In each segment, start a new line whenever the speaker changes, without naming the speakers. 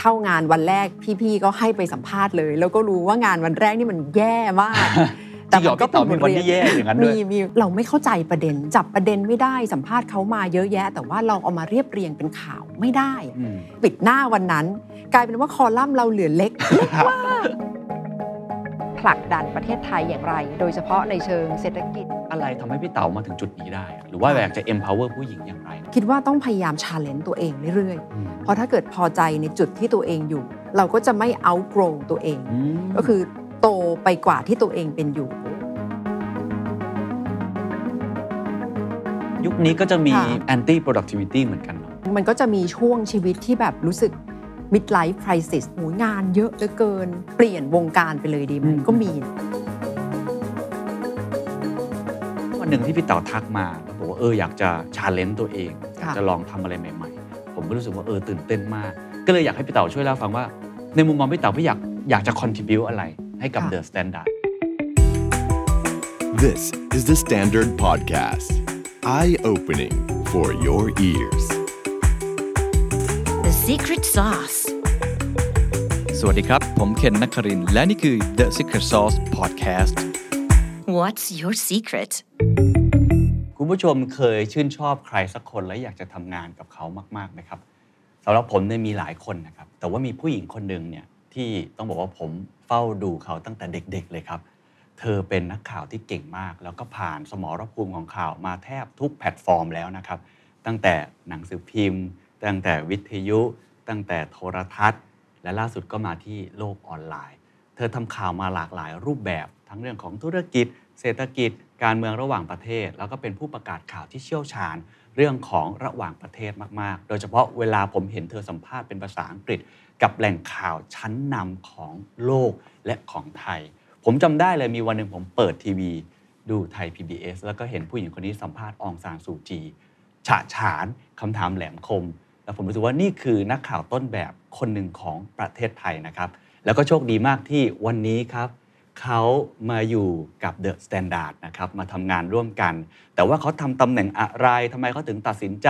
เข้างานวันแรกพี่ๆก็ให้ไปสัมภาษณ์เลย แล้วก็รู้ว่างานวันแรกนี่มันแย่มาก
จริงเหรอพี่ต่อมีวันที่แย่อย่างนั้นด้วย
มีมีเราไม่เข้าใจประเด็น จับประเด็นไม่ได้สัมภาษณ์เขามาเยอะแยะ แต่ว่าเราเอามาเรียบเรียงเป็นข่าวไม่ได้
อืม
ปิดหน้าวันนั้น กลายเป็นว่าคอลัมน์เราเหลือเล็ก เล็กมากผลักดันประเทศไทยอย่างไร โดยเฉพาะในเชิงเศรษฐกิจ
อะไรทำให้พี่เต๋ามาถึงจุดนี้ได้อะหรือว่าอยากจะ empower ผู้หญิงอย่างไร
คิดว่าต้องพยายามชาเลนจ์ตัวเองเรื่อย
อืม
ๆเพราะถ้าเกิดพอใจในจุดที่ตัวเองอยู่ เราก็จะไม่ outgrow ตัวเอง
ม
ก็คือโตไปกว่าที่ตัวเองเป็นอยู่
ยุคนี้ก็จะมี
ค่ะ
anti productivity เหมือนกันเนอะ
มันก็จะมีช่วงชีวิตที่แบบรู้สึก midlife crisis โหงานเยอะเหลือเกิน เปลี่ยนวงการไปเลยดีไหมก็มี
วันหนึ่งที่พี่เต๋าทักมาแล้วบอกว่าเอออยากจะ challenge ตัวเองอยาก
ค่ะ
จะลองทำอะไรใหม่ ๆ ผมก็รู้สึกว่าเออตื่นเต้นมาก ก็เลยอยากให้พี่เต๋าช่วยเล่าฟังว่า ในมุมมองพี่เต๋าพี่อยากอยากจะ contribute อะไรให้กับ The Standard
This is the Standard Podcast. Eye opening for your ears.
The secret sauce.
สวัสดีครับ ผมเคนนักครินทร์และนี่คือ The Secret Sauce Podcast
What's your secret?
คุณผู้ชมเคยชื่นชอบใครสักคนแล้วอยากจะทำงานกับเขามากๆไหมครับสำหรับผมเนี่ยมีหลายคนนะครับ แต่ว่ามีผู้หญิงคนหนึ่งเนี่ยที่ต้องบอกว่าผมเฝ้าดูเขาตั้งแต่เด็ก ๆ เลยครับ เธอเป็นนักข่าวที่เก่งมาก แล้วก็ผ่านสมรภูมิของข่าวมาแทบทุกแพลตฟอร์มแล้วนะครับ ตั้งแต่หนังสือพิมพ์ ตั้งแต่วิทยุ ตั้งแต่โทรทัศน์ และล่าสุดก็มาที่โลกออนไลน์ เธอทำข่าวมาหลากหลายรูปแบบ ทั้งเรื่องของธุรกิจ เศรษฐกิจ การเมืองระหว่างประเทศ แล้วก็เป็นผู้ประกาศข่าวที่เชี่ยวชาญ เรื่องของระหว่างประเทศมากๆ โดยเฉพาะเวลาผมเห็นเธอสัมภาษณ์เป็นภาษาอังกฤษ กับแหล่งข่าวชั้นนำของโลกและของไทย ผมจำได้เลยมีวันหนึ่งผมเปิดทีวี ดูไทย PBS แล้วก็เห็นผู้หญิงคนนี้สัมภาษณ์อองซานซูจี ฉะฉานคำถามแหลมคม แล้วผมรู้สึกว่านี่คือนักข่าวต้นแบบคนหนึ่งของประเทศไทยนะครับ แล้วก็โชคดีมากที่วันนี้ครับ เขามาอยู่กับเดอะสแตนดาร์ดนะครับ มาทำงานร่วมกัน แต่ว่าเขาทำตำแหน่งอะไรทำไมเขาถึงตัดสินใจ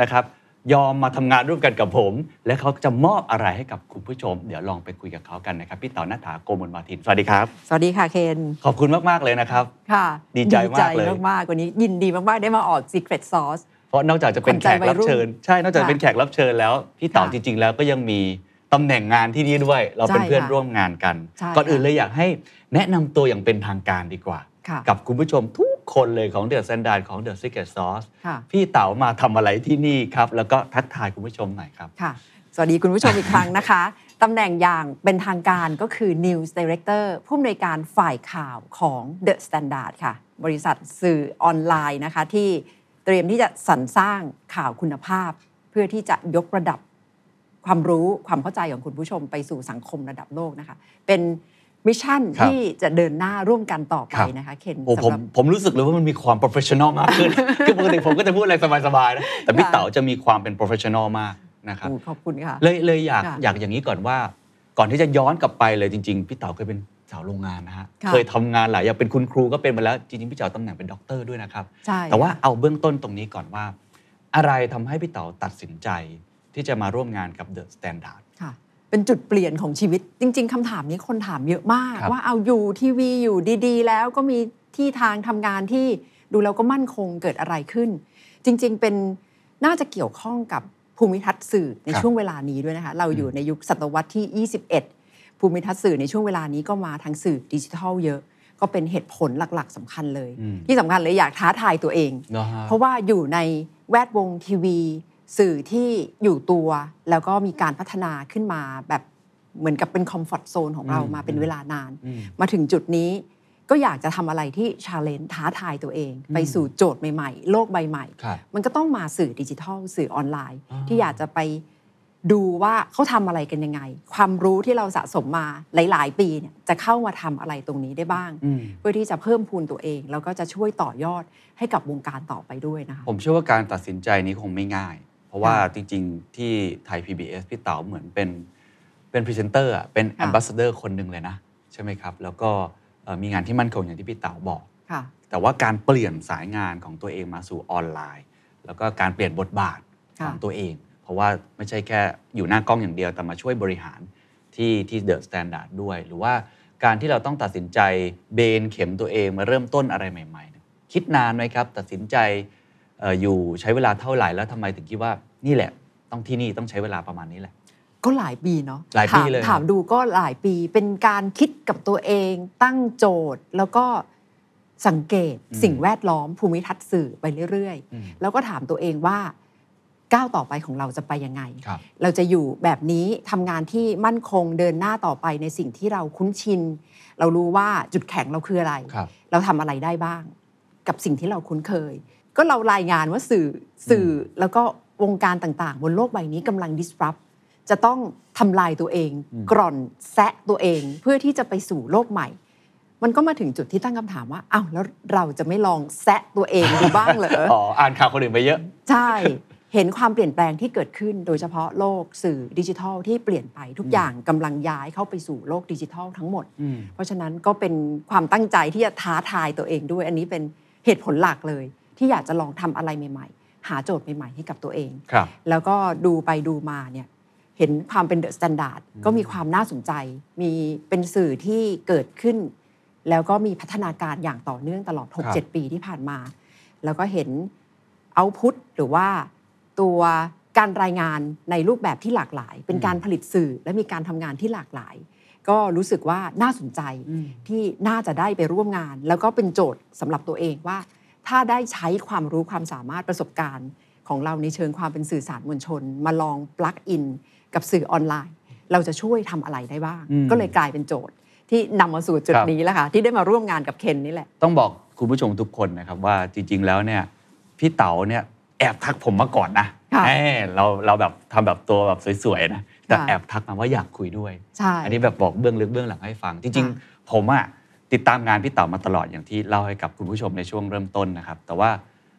นะครับ ยอมมาทำงานร่วมกันกับผม และเขาจะมอบอะไรให้กับคุณผู้ชม เดี๋ยวลองไปคุยกับเขากันนะครับ พี่เต๋อนัฐาโกมลมาทินสวัสดีครับ
สวัสดีค่ะเคน
ขอบคุณมาก ๆ เลยนะครับ
ค่ะ
ดีใจมากเลย
ดีใจมากๆวันนี้ยินดีมาก ๆ ได้มาออก Secret Sauce
เพราะนอกจากจะเป็นแขกรับเชิญ ใช่ นอกจากเป็นแขกรับเชิญแล้ว พี่เต๋อ
ค่ะ
จริง ๆ แล้วก็ยังมีตำแหน่งงานที่นี่ด้วย เราเป็น
ใช่
เพื่อน
ค่ะ
ร่วมงานกัน
ใช่
ก่อนอื่น
ค่ะ
เลยอยากให้แนะนำตัวอย่างเป็นทางการดีกว่า
ค่ะ
กับคุณผู้ชมทุกคนเลยของเดอะแซนดานของเดอะซิกเก็ตซอส
ค่ะ
พี่เต๋ามาทำอะไรที่นี่ครับ แล้วก็ทักทายคุณผู้ชมหน่อยครับ
ค่ะ สวัสดีคุณผู้ชมอีกครั้งนะคะตำแหน่งอย่างเป็นทางการก็คือ News Director ผู้อำนวยการฝ่ายข่าวของ The Standard ค่ะ บริษัทสื่อออนไลน์นะคะ ที่เตรียมที่จะสรรสร้างข่าวคุณภาพ เพื่อที่จะยกระดับความรู้ความเข้าใจของคุณผู้ชมไปสู่สังคมระดับโลกนะคะ เป็นมิชชั่น
ครับ
ที่จะเดินหน้าร่วมกันต่อไป
ครับ
นะคะเคน
โอ้ผ
สำ
ม
หรับ
ผมรู้สึกเลยว่ามันมีความโปรเฟชชั่นอลมากขึ้น คือปกติผมก็จะพูดอะไรสบายๆนะแต่พี่
ค่ะ
เต๋าจะมีความเป็นโปรเฟชชั่นอลมากนะครับ
โอ้ขอบคุณค่ะ
เลยเลยอยาก
ค่ะ
อยากอย่างนี้ก่อนว่า ก่อนที่จะย้อนกลับไปเลยจริง ๆ พี่เต๋าเคยเป็นสาวโรงงานนะฮะ
ค่ะ
เคยทำงานหลายอย่างเป็นคุณครูก็เป็นมาแล้วจริงๆพี่เต๋าตำแหน่งเป็นด็อกเตอร์ด้วยนะครับ
ใช่
แต่ว่าเอาเบื้องต้นตรงนี้ก่อนว่า อะไรทำให้พี่เต๋าตัดสินใจ ที่จะมาร่วมงานกับเดอะสแตนดาร์ด
ค่ะ เป็นจุดเปลี่ยนของชีวิตจริง ๆคำถามนี้คนถามเยอะมาก
ครับ
ว่าเอาอยู่ทีวีอยู่ดีๆ แล้วก็มีที่ทางทำงานที่ดูแล้วก็มั่นคงเกิดอะไรขึ้น จริงๆเป็นน่าจะเกี่ยวข้องกับภูมิทัศน์สื่อในช่วงเวลานี้ด้วยนะคะ เราอยู่ในยุคศตวรรษที่ 21 ภูมิทัศน์สื่อในช่วงเวลานี้ก็มาทางสื่อดิจิทัลเยอะ ก็เป็นเหตุผลหลักๆสำคัญเลย
อืม
ที่สำคัญเลยอยากท้าทายตัวเอง
เนาะฮะ
เพราะว่าอยู่ในแวดวงทีวี สื่อที่อยู่ตัว แล้วก็มีการพัฒนาขึ้นมาแบบเหมือนกับเป็นคอมฟอร์ตโซนของเรา
อืม
มาเป็นเวลานาน
อืม
มาถึงจุดนี้ก็อยากจะทำอะไรที่ชาเลน g e ท้าทายตัวเอง
อืม
ไปสู่โจทย์ใหม่ๆ โลกใบใหม่
ครับ
มันก็ต้องมาสื่อดิจิทัล สื่อออนไลน์
อ่า
ที่อยากจะไปดูว่าเขาทำอะไรกันยังไง ความรู้ที่เราสะสมมาหลาย ๆ ปีเนี่ยจะเข้ามาทำอะไรตรงนี้ได้บ้าง
อืม
เพื่อที่จะเพิ่มพูนตัวเอง แล้วก็จะช่วยต่อยอดให้กับวงการต่อไปด้วยนะคะ
ผมเชื่อว่าการตัดสินใจนี้คงไม่ง่าย เพราะว่า
ค่ะ
จริงๆ ที่ไทย PBS พี่เต๋าเหมือนเป็นเป็นพรีเซนเตอร์เป็นแอ
ค่ะ
มบ s สเดอร์คนหนึ่งเลยนะ ใช่ไหมครับ แล้วก็เอ่อมีงานที่มั่นคงอย่างที่พี่เต๋าบอก
ค่ะ
แต่ว่าการเปลี่ยนสายงานของตัวเองมาสู่ออนไลน์ แล้วก็การเปลี่ยนบทบาทของ
ค่ะ
ตัวเอง พ ราะว่าไม่ใช่แค่อยู่หน้ากล้องอย่างเดียวแต่มาช่วยบริหารที่ที่เดอะสแตนดาร์ดด้วย หรือว่าการที่เราต้องตัดสินใจเบนเข็มตัวเองมาเริ่มต้นอะไรใหม่ๆเนี่ยคิดนานไหมครับ ตัดสินใจเอ่ออยู่ใช้เวลาเท่าไหร่แล้วทำไมถึงคิดว่านี่แหละ ต้องที่นี่ต้องใช้เวลาประมาณนี้แหละ
ก็หลายปีเนาะ
หลายปี
ถม
เลย
ถามดูก็หลายปีเป็นการคิดกับตัวเองตั้งโจทย์ แล้วก็สังเกต
อืม
สิ่งแวดล้อมภูมิทัศน์สื่อไปเรื่อย
อืม
ๆ แล้วก็ถามตัวเองว่าก้าวต่อไปของเราจะไปยังไง
ครับ
เราจะอยู่แบบนี้ทำงานที่มั่นคงเดินหน้าต่อไปในสิ่งที่เราคุ้นชิน เรารู้ว่าจุดแข็งเราคืออะไร
ครับ
เราทำอะไรได้บ้าง กับสิ่งที่เราคุ้นเคย ก็เรารายงานว่าสื่อสื่อแล้วก็วงการต่างๆ บนโลกใบนี้กำลัง disrupt จะต้องทำลายตัวเอง
อืม
กร่อนแซะตัวเองเพื่อที่จะไปสู่โลกใหม่ มันก็มาถึงจุดที่ตั้งคำถามว่าอ้าวแล้วเราจะไม่ลองแซะตัวเองดูบ้างเหรอ
อ๋ออ่านข่าวคนอื่นไปเยอะ
ใช่ เห็นความเปลี่ยนแปลงที่เกิดขึ้น โดยเฉพาะโลกสื่อดิจิทัลที่เปลี่ยนไปทุก
อืม
อย่างกำลังย้ายเข้าไปสู่โลกดิจิทัลทั้งหมด
อืม
เพราะฉะนั้นก็เป็นความตั้งใจที่จะท้าทายตัวเองด้วย อันนี้เป็นเหตุผลหลักเลย ที่อยากจะลองทำอะไรใหม่ ๆ หาโจทย์ใหม่ ๆ ให้กับตัวเอง
ครับ
แล้วก็ดูไปดูมาเนี่ยเห็นความเป็นเดอะสแตนดาร์ด
อืม
ก็มีความน่าสนใจ มีเป็นสื่อที่เกิดขึ้น แล้วก็มีพัฒนาการอย่างต่อเนื่องตลอด 6-7 ปีที่ผ่านมา แล้วก็เห็นเอาพุทหรือว่าตัวการรายงานในรูปแบบที่หลากหลาย เป็นการผลิตสื่อและมีการทำงานที่หลากหลาย ก็รู้สึกว่าน่าสนใจ ที่น่าจะได้ไปร่วมงาน แล้วก็เป็นโจทย์สำหรับตัวเองว่า ถ้าได้ใช้ความรู้ความสามารถประสบการณ์ ของเราในเชิงความเป็นสื่อสารมวลชน มาลองปลักอินกับสื่อออนไลน์ เราจะช่วยทำอะไรได้บ้าง
อืม
ก็เลยกลายเป็นโจทย์ที่นำมาสู่จุด
ครับ
นี้แหละค่ะที่ได้มาร่วมงานกับเคนนี่แหละ
ต้องบอกคุณผู้ชมทุกคนนะครับว่าจริง ๆ แล้วเนี่ยพี่เต๋าเนี่ยแอบทักผมมาก่อนนะ
ค่ะ
เอ้ยเราเราแบบทำแบบตัวแบบสวยๆนะแต่
ค่ะ
แอบทักมาว่าอยากคุยด้วย
ใช่
อันนี้แบบบอกเบื้องลึกเบื้องหลังให้ฟัง จริง
ค่ะ
ๆ ผมอะติดตามงานพี่เต๋ามาตลอดอย่างที่เล่าให้กับคุณผู้ชมในช่วงเริ่มต้นนะครับ แต่ว่า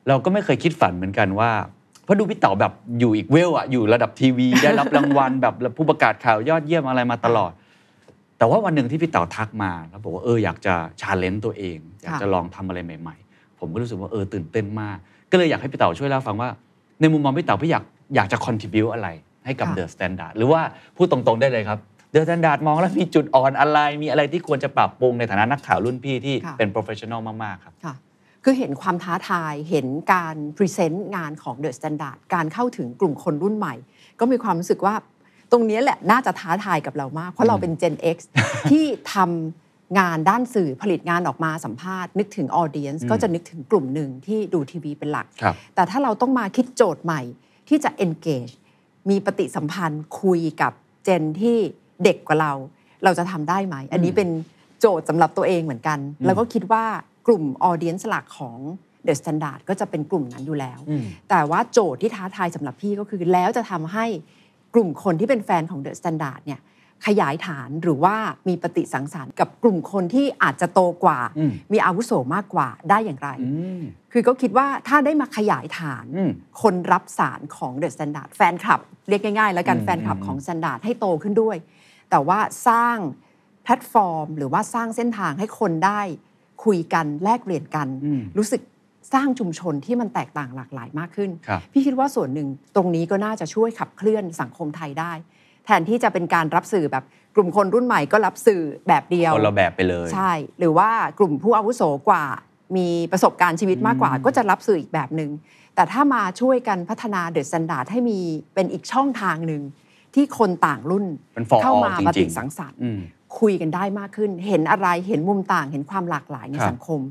เราก็ไม่เคยคิดฝันเหมือนกันว่าเพราะดูพี่เต๋าแบบอยู่อีกเวลอะอยู่ระดับทีวี ได้รับรางวัลแบบผู้ประกาศข่าวยอดเยี่ยมอะไรมาตลอด แต่ว่าวันหนึ่งที่พี่เต๋าทักมาแล้วบอกว่าเอออยากจะชาเลนจ์ตัวเอง อยาก
ค่ะ
จะลองทำอะไรใหม่ ๆ ผมก็รู้สึกว่าเออตื่นเต้นมาก ก็เลยอยากให้พี่เต๋าช่วยเล่าฟังว่า ในมุมมองพี่เต๋าพี่อยากอยากจะ contribu อะไรให้กับ
ค่ะ
The Standard หรือว่าพูดตรงๆได้เลยครับ The Standard มองแล้วมีจุดอ่อนอะไร มีอะไรที่ควรจะปรับปรุงในฐานะนักข่าวรุ่นพี่ที่
ค่ะ
เป็น professional มาก ๆ ครับ
ค่ะคือเห็นความท้าทายเห็นการพรีเซนต์งานของเดอะสแตนดาร์ดการเข้าถึงกลุ่มคนรุ่นใหม่ ก็มีความรู้สึกว่าตรงเนี้ยแหละน่าจะท้าทายกับเรามาก เพราะเราเป็น Gen X ที่ทำงานด้านสื่อผลิตงานออกมาสัมภาษณ์ นึกถึงออเดียน
อืม
ก็จะนึกถึงกลุ่มหนึ่งที่ดูทีวีเป็นหลัก
ครับ
แต่ถ้าเราต้องมาคิดโจทย์ใหม่ที่จะ engage มีปฏิสัมพันธ์คุยกับเจนที่เด็กกว่าเรา เราจะทำได้ไหม อันนี้เป็นโจทย์สำหรับตัวเองเหมือนกัน
อืม
แล้วก็คิดว่ากลุ่มออเดียนสลักของ The Standard ก็จะเป็นกลุ่มนั้นอยู่แล้ว
อืม
แต่ว่าโจทย์ที่ท้าทายสำหรับพี่ก็คือแล้วจะทำให้กลุ่มคนที่เป็นแฟนของเดอะสแตนดาร์ดเนี่ยขยายฐานหรือว่ามีปฏิสังสรรค์กับกลุ่มคนที่อาจจะโตกว่า
อืม
มีอาวุโสมากกว่าได้อย่างไร
อืม
คือก็คิดว่าถ้าได้มาขยายฐาน
อืม
คนรับสารของเดอะสแตนดาร์ดแฟนคลับ เรียกง่ายๆ แล้วกัน
อืม
แฟนคลับ
อืม
ของสแตนดาร์ดให้โตขึ้นด้วย แต่ว่าสร้างแพลตฟอร์ม หรือว่าสร้างเส้นทางให้คนได้คุยกันแลกเปลี่ยนกัน
อืม
รู้สึกสร้างชุมชนที่มันแตกต่างหลากหลายมากขึ้น
ครับ
พี่คิดว่าส่วนหนึ่งตรงนี้ก็น่าจะช่วยขับเคลื่อนสังคมไทยได้ แทนที่จะเป็นการรับสื่อแบบกลุ่มคนรุ่นใหม่ก็รับสื่อแบบเดียว
คนละแบบไปเลย
ใช่ หรือว่ากลุ่มผู้อาวุโสกว่า มีประสบการณ์ชีวิตมากกว่า
อืม
ก็จะรับสื่ออีกแบบหนึง่งแต่ถ้ามาช่วยกันพัฒนาเดอะสแตนดาร์ดให้มีเป็นอีกช่องทางหนึ่งที่คนต่างรุ่น
เป็นฟอร์
เข้ามา
จ
ป
ริ
ฏิ
ง
สังสรรค์
ๆอืม
คุยกันได้มากขึ้น เห็นอะไรเห็นมุมต่าง เห็นความหลากหลายใน
ครับ
สังคม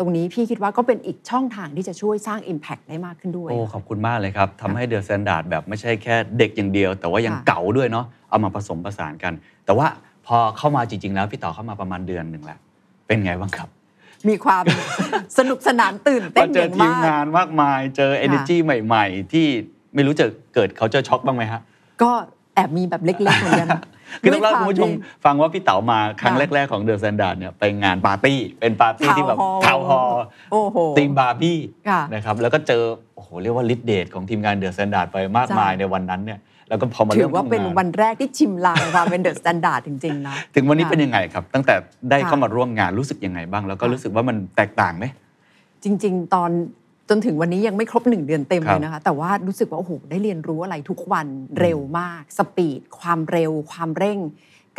ตรงนี้พี่คิดว่าก็เป็นอีกช่องทางที่จะช่วยสร้าง Impact ได้มากขึ้นด้วย
โอ้ ขอบคุณมากเลยครับทำให้เดอะสแตนดาร์ดแบบไม่ใช่แค่เด็กอย่างเดียว แต่ว่ายัง
ค่ะ
เก่าด้วยเนาะเอามาผสมผสานกัน แต่ว่าพอเข้ามาจริง ๆ แล้วพี่ต่อเข้ามาประมาณเดือนหนึ่งแล้วเป็นไงบ้างครับ
มีความ สนุกสนานตื่นเต้น
มาเจ
อ
อย่าง ทีม
มาก
งานมากมาย เจอ energy ใหม่ ๆ ที่ไม่รู้จะเกิดเขาเจอช็อกบ้างไหมฮะ
ก็แอบมีแบบเล็กๆเหมือนกัน
คือต้องเล่า
ด้
ให้คุ
วยวา
ณผู้ชมฟังว่าพี่เต๋ามาครั้ง
ค่ะ
แรก ๆ ของเดอะแซนด์ดเนี่ยไปงานปาร์ตี้ เป็นปาร์ตี้ที่แบบทา
Town
ว
Hall
ฮอ
โอ้โห
ตีมบาร์บี้
ค่ะ
นะครับแล้วก็เจอโอ้โหเรียกว่าลิดเดทของทีมงานเดอะแซนด์ดไปมาก
ใช่
มายในวันนั้นเนี่ยแล้วก็พอมา
ถื
เริ่
อ
ม
ว่าเป็น
ทำง
วันแรกที่ชิมลางความเป็นเดอะสแตนดาร์ดจริงๆนะ
ถึงวันนี้เป็นยังไงครับ ตั้งแต่ได้
ค่ะ
เข้ามาร่วมงานรู้สึกยังไงบ้าง แล้วก็
ค่ะ
รู้สึกว่ามันแตกต่างไหม
จริง ๆ ตอน จนถึงวันนี้ยังไม่ครบหนึ่งเดือนเต็ม
ครั
เล
บ
ยนะคะ แต่ว่ารู้สึกว่าโอ้โหได้เรียนรู้อะไรทุกวันเร็วมาก สปีด ความเร็ว ความเร่ง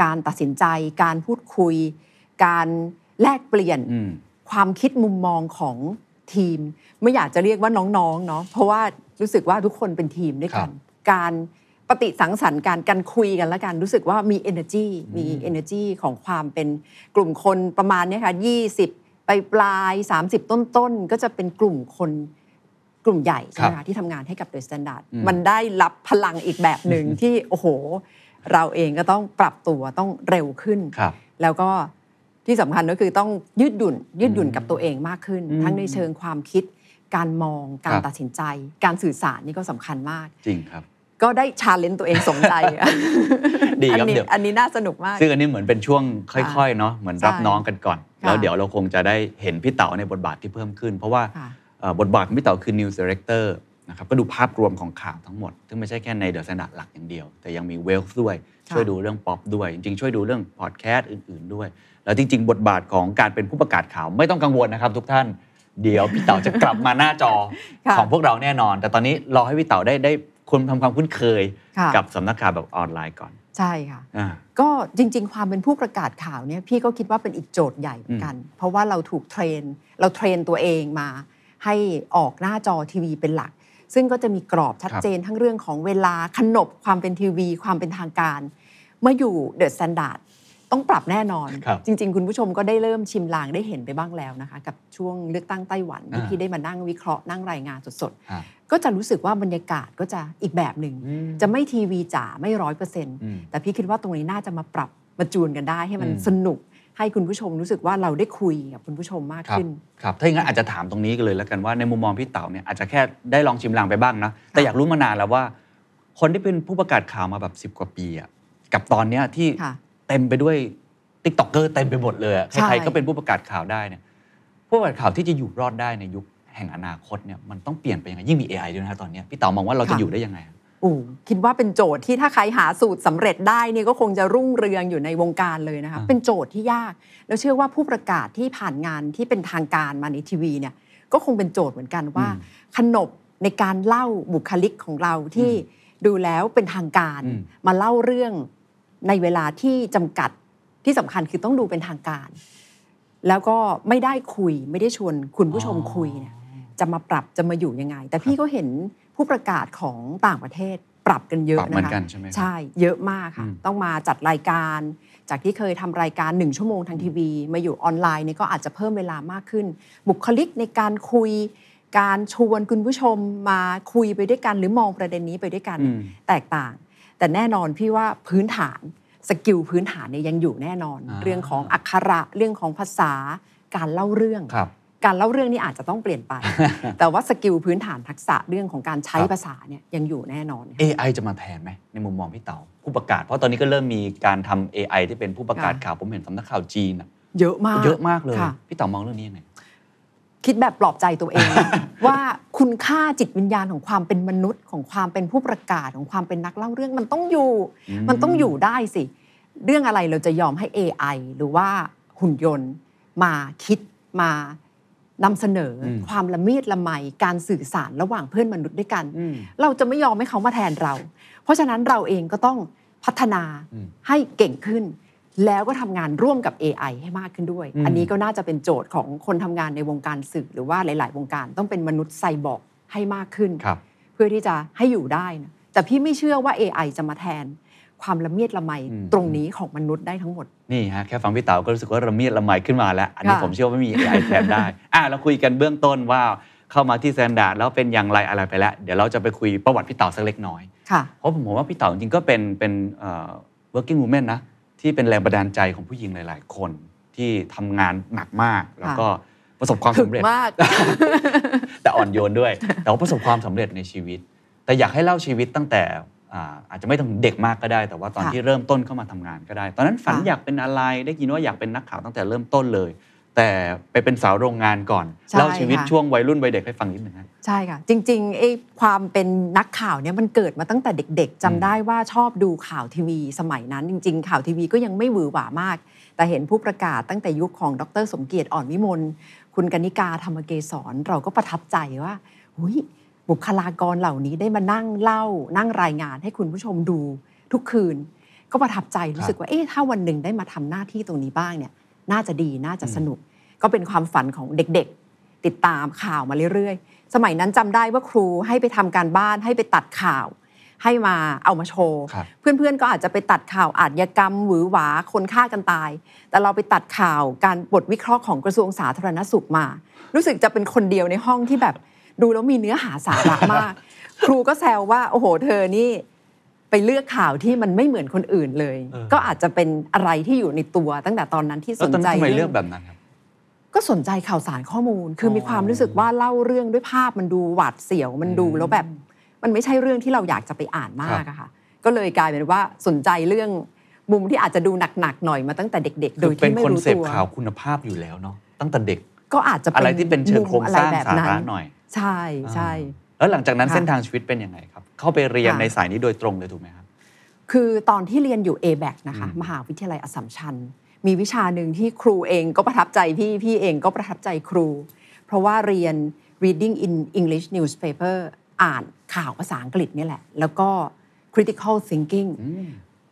การตัดสินใจ การพูดคุย การแลกเปลี่ยน
อืม
ความคิดมุมมองของทีม ไม่อยากจะเรียกว่าน้องๆเนาะเพราะว่ารู้สึกว่าทุกคนเป็นทีมด้วยกัน การปฏิสังสรรค์การการคุยกันและกันรู้สึกว่ามี energy มี energy ของความเป็นกลุ่มคนประมาณเนี้ยค่ะ20 ไปปลาย 30 ต้นๆ ก็จะเป็นกลุ่มคนกลุ่มใหญ่ใช่ไหม
ครั
คะ
บ
ที่ทำงานให้กับเดอะสแตนดาร์ด
อืม
มันได้รับพลังอีกแบบห นึ่งที่โอ้โห เราเองก็ต้องปรับตัวต้องเร็วขึ้น
ครับ
แล้วก็ที่สำคัญก็คือต้องยืดหยุ่น ยืดหยุ่นกับตัวเองมากขึ้น
อืม
ทั้งในเชิงความคิด การมองการ
ครับ
ตัดสินใจ การสื่อสารนี่ก็สำคัญมาก
จริงครับ
ก็ได้ชาเลนจ์ตัวเองสมใจ
ดีค
อั
รับ
น
เดี๋
นี้
ยว
อันนี้น่าสนุกมาก
ซึ่งอันนี้เหมือนเป็นช่วงค่อยๆเนาะเหมือนรับ
ใช่
น้องกันก่อน
ค่ะ
แล้วเดี๋ยวเราคงจะได้เห็นพี่เต๋าในบทบาทที่เพิ่มขึ้น เพราะว่า
ค่ะ
เอ่อบทบาทของพี่เต๋าคือ news director นะครับก็ดูภาพรวมของข่าวทั้งหมด ซึ่งไม่ใช่แค่ในเดอะสแตนดาร์ดหลักอย่างเดียว แต่ยังมีเวลส์ด้วย
ค่ะ
ช่วยดูเรื่องป๊อปด้วย จริงๆ ช่วยดูเรื่องพอดแคสต์อื่นๆด้วย แล้วจริง ๆ บทบาทของการเป็นผู้ประกาศข่าวไม่ต้องกังวลนะครับทุกท่านเดี๋ยวพี่เต๋าจะกลับมาหน้าจอ
ค่ะ
ของพวกเราแน่นอน แต่ตอนนี้รอให้พี่เต๋าได้ได้คุณทำความคุ้นเคย
ค่ะ
กับสำนักข่าวแบบออนไลน์ก่อน
ใช่ค่ะ
อ่า
ก็จริง ๆ ความเป็นผู้ประกาศข่าวเนี่ยพี่ก็คิดว่าเป็นอีกโจทย์ใหญ่เหมือนกัน เพราะว่าเราถูกเทรน เราเทรนตัวเองมา ให้ออกหน้าจอทีวีเป็นหลัก ซึ่งก็จะมีกรอบชัด
ครับ
เจนทั้งเรื่องของเวลาขนบความเป็นทีวี ความเป็นทางการ เมื่ออยู่เดอะ t แ n นดา d ต้องปรับแน่นอน
ครับ
จริง ๆ คุณผู้ชมก็ได้เริ่มชิมลางได้เห็นไปบ้างแล้วนะคะ กับช่วงเลือกตั้งไต้หวันที่
อ่า
พี่ได้มานั่งวิเคราะห์นั่งรายงานสด
อ่า
ๆก็จะรู้สึกว่าบรรยากาศก็จะอีกแบบหนึ่ง
อืม
จะไม่ทีวีจ๋าไม่ร้อยเปอร์เซ็นต์
อืม
แต่พี่คิดว่าตรงนี้น่าจะมาปรับมาจูนกันได้ให้มัน
อืม
สนุก ให้คุณผู้ชมรู้สึกว่าเราได้คุยกับคุณผู้ชมมาก
ครับ
ขึ้น
ครับ ถ้าอย่างนั้นอาจจะถามตรงนี้กันเลยแล้วกันว่าในมุมมองพี่เต๋าเนี่ยอาจจะแค่ได้ลองชิมลางไปบ้างนะ แต่อยากรู้มานานแล้วว่า คนที่เป็นผู้ประกาศข่าวมาแบบ 10 กว่าปีอะกับตอนเนี้ยที่
ค่ะ
เต็มไปด้วยติ๊กต็อกเกอร์เต็มไปหมดเลยอะ
ใช่
ใครๆก็เป็นผู้ประกาศข่าวได้เนี่ยผู้ประกาศข่าวที่จะอยู่รอดได้ในยุคแห่งอนาคตเนี่ยมันต้องเปลี่ยนไปยังไงยิ่งมี AI ด้วยนะฮะตอนเนี้ยพี่เต๋ามองว่าเราจะอยู่ได้ยังไงอะ
อูคิดว่าเป็นโจทย์ที่ถ้าใครหาสูตรสำเร็จได้เนี่ยก็คงจะรุ่งเรืองอยู่ในวงการเลยนะคะ
อ่า
เป็นโจทย์ที่ยาก แล้วเชื่อว่าผู้ประกาศที่ผ่านงานที่เป็นทางการมาในทีวีเนี่ยก็คงเป็นโจทย์เหมือนกันว่า ขนบในการเล่าบุคลิกของเราที่ดูแล้วเป็นทางการ
อืม
มาเล่าเรื่องในเวลาที่จำกัดที่สำคัญคือต้องดูเป็นทางการ แล้วก็ไม่ได้คุยไม่ได้ชวนคุณผู้ชมคุยเนี่ย จะมาปรับจะมาอยู่ยังไง แต่พี่ก็เห็นผู้ประกาศของต่างประเทศปรับกันเย
ปรั
อะ
บ
นะคะ
เหมือนกันใช่ไหมครับ
ใช่ เยอะมากค่ะ
อืม
ต้องมาจัดรายการ จากที่เคยทำรายการหนึ่งชั่วโมงทางทีวี มาอยู่ออนไลน์เนี่ยก็อาจจะเพิ่มเวลามากขึ้น บุคลิกในการคุย การชวนคุณผู้ชมมาคุยไปด้วยกัน หรือมองประเด็นนี้ไปด้วยกันเนี่ย
อืม
แตกต่าง แต่แน่นอนพี่ว่าพื้นฐานสกิลพื้นฐานเนี่ยยังอยู่แน่นอน
อ่า
เรื่องของอักขระเรื่องของภาษา การเล่าเรื่อง
ครับ
การเล่าเรื่องนี้อาจจะต้องเปลี่ ยนไป แต่ว่าสกิลพื้นฐานทักษะเรื่องของการใช้
ครับ
ภาษาเนี่ยยังอยู่แน่นอนค่ะ
AI จะมาแทนไหมในมุมมองพี่เต๋าผู้ประกาศ เพราะตอนนี้ก็เริ่มมีการทำ AI ที่เป็นผู้ประกาศ
ค่ะ
ข่าวผมเห็นสำนักข่าวจีนอะ
เยอะมาก
เยอะมากเลย
ค่ะ
พี่เต๋ามองเรื่องนี้ยังไง
คิดแบบปลอบใจตัวเอง ว่าคุณค่าจิตวิญญาณของความเป็นมนุษย์ ของความเป็นผู้ประกาศของความเป็นนักเล่าเรื่องมันต้องอยู่
อืม
มันต้องอยู่ได้สิ เรื่องอะไรเราจะยอมให้ AI หรือว่าหุ่นยนต์ มาคิดมานำเสนออ
ม
ความละเมียดละไมการสื่อสารระหว่างเพื่อนมนุษย์ด้วยกัน เราจะไม่ยอมให้เขามาแทนเรา เพราะฉะนั้นเราเองก็ต้องพัฒนา
อืม
ให้เก่งขึ้น แล้วก็ทำงานร่วมกับ AI ให้มากขึ้นด้วย
อืม
อันนี้ก็น่าจะเป็นโจทย์ของคนทำงานในวงการสื่อหรือว่าหลาย ๆ วงการต้องเป็นมนุษย์ไซบอร์กให้มากขึ้น
ครับ
เพื่อที่จะให้อยู่ได้นะแต่พี่ไม่เชื่อว่า AI จะมาแทน ความละเมียดละไม
อืม
ตรงนี้ของมนุษย์ได้ทั้งหมด
นี่ฮะแค่ฟังพี่เต๋าก็รู้สึกว่าระเมียดระไมขึ้นมาแล้ว อันนี้
ค่ะ
ผมเชื่อว่าไม่มี AI แทนได้ อ่ะเราคุยกันเบื้องต้นว่าเข้ามาที่แซนดาร์ดแล้วเป็นอย่างไรอะไรไปแล้ว เดี๋ยวเราจะไปคุยประวัติพี่เต๋าสักเล็กน้อย
ค่ะ
เพราะผมว่าพี่เต๋าจริงๆก็เป็นเป็นเอ่อ working woman นะที่เป็นแรงบันดาลใจของผู้หญิงหลาย ๆ คนที่ทำงานหนักมาก แล้วก็ประสบความ
ถึ
สำ
ง
เร็จ
มาก
แต่อ่อนโยนด้วย แต่ว่าประสบความสำเร็จในชีวิต แต่อยากให้เล่าชีวิตตั้งแต่อ่าอาจจะไม่ต้องเด็กมากก็ได้ แต่ว่าตอน
ค่ะ
ที่เริ่มต้นเข้ามาทำงานก็ได้ ตอนนั้นฝัน
ค่ะ
อยากเป็นอะไร ได้ยินว่าอยากเป็นนักข่าวตั้งแต่เริ่มต้นเลย แต่ไปเป็นสาวโรงงานก่อน
ใช่
เล่าชีวิต
ค่ะ
ช่วงวัยรุ่นวัยเด็กให้ฟังนิดหนึ่งฮะ
ใช่ค่ะจริงๆไอ้ความเป็นนักข่าวเนี่ยมันเกิดมาตั้งแต่เด็ก ๆจำได้ว่าชอบดูข่าวทีวี สมัยนั้นจริง ๆ ข่าวทีวีก็ยังไม่หวือหวามาก แต่เห็นผู้ประกาศตั้งแต่ยุคของดร สมเกียรติอ่อนวิมลคุณกนิการธรรมเกศรเราก็ประทับใจว่าหุยบุคลากรเหล่านี้ได้มานั่งเล่า นั่งรายงานให้คุณผู้ชมดูทุกคืน ก็ประทับใจรู้สึกว่าเอ๊ะถ้าวันหนึ่งได้มาทำหน้าที่ตรงนี้บ้างเนี่ยน่าจะดีน่าจะสนุก ก็เป็นความฝันของเด็กๆ ติดตามข่าวมาเรื่อยๆ สมัยนั้นจำได้ว่าครูให้ไปทำการบ้านให้ไปตัดข่าว ให้มาเอามาโชว์
ครับ
เพื่อนๆก็อาจจะไปตัดข่าวอาชญากรรมหวือหวาคนฆ่ากันตาย แต่เราไปตัดข่าวการบทวิเคราะห์ของกระทรวงสาธารณสุขมา รู้สึกจะเป็นคนเดียวในห้องที่แบบดูแล้วมีเนื้อหาสาระ มาก ครูก็แซวว่า โอ้โห เธอนี่ ไปเลือกข่าวที่มันไม่เหมือนคนอื่นเลย
เออ
ก็อาจจะเป็นอะไรที่อยู่ในตัวตั้งแต่ตอนนั้นที่
แล้
ส
วน ตอน
ใจ
นั้นทำไมเลื
รื่อ
อ
กง
แบบนั้นครับ
ก็สนใจข่าวสารข้อมูล คืออ
อ
มีความรู้สึกว่าเล่าเรื่องด้วยภาพมันดูหวาดเสียวมันดู
อืม
แล้วแบบ มันไม่ใช่เรื่องที่เราอยากจะไปอ่านมา
ครั
ก
บ
อะค่ะ ก็เลยกลายเป็นว่าสนใจเรื่องมุมที่อาจจะดูหนักๆหน่อยมาตั้งแต่เด็ก ๆ โด
คื
ย
อเป็น
ที่ไม่
คน
รู้
เสพ
ตัว
ข่าวคุณภาพอยู่แล้วเนาะตั้งแต่เด็ก
ก็อาจจะเป็น
อะไรที่เป็นเชิงโครงสร้าง
มุมอะไแบบ
สา
นั้น
ระหน่อย
ใช่ใช่
อ่าแล้วหลังจากนั้น
ค่ะ
เส้นทางชีวิตเป็นยังไงครับ เข้าไปเรียน
ค่ะ
ในสายนี้โดยตรงเลยถูกไหมครับ
คือตอนที่เรียนอยู่ a b a c นะคะ
อืม
มหาวิทยาลัยอัสสัมชัญ มีวิชาหนึ่งที่ครูเองก็ประทับใจพี่ พี่เองก็ประทับใจครู เพราะว่าเรียน reading in English newspaper อ่านข่าวภาษาอังกฤษนี่แหละ แล้วก็ critical thinking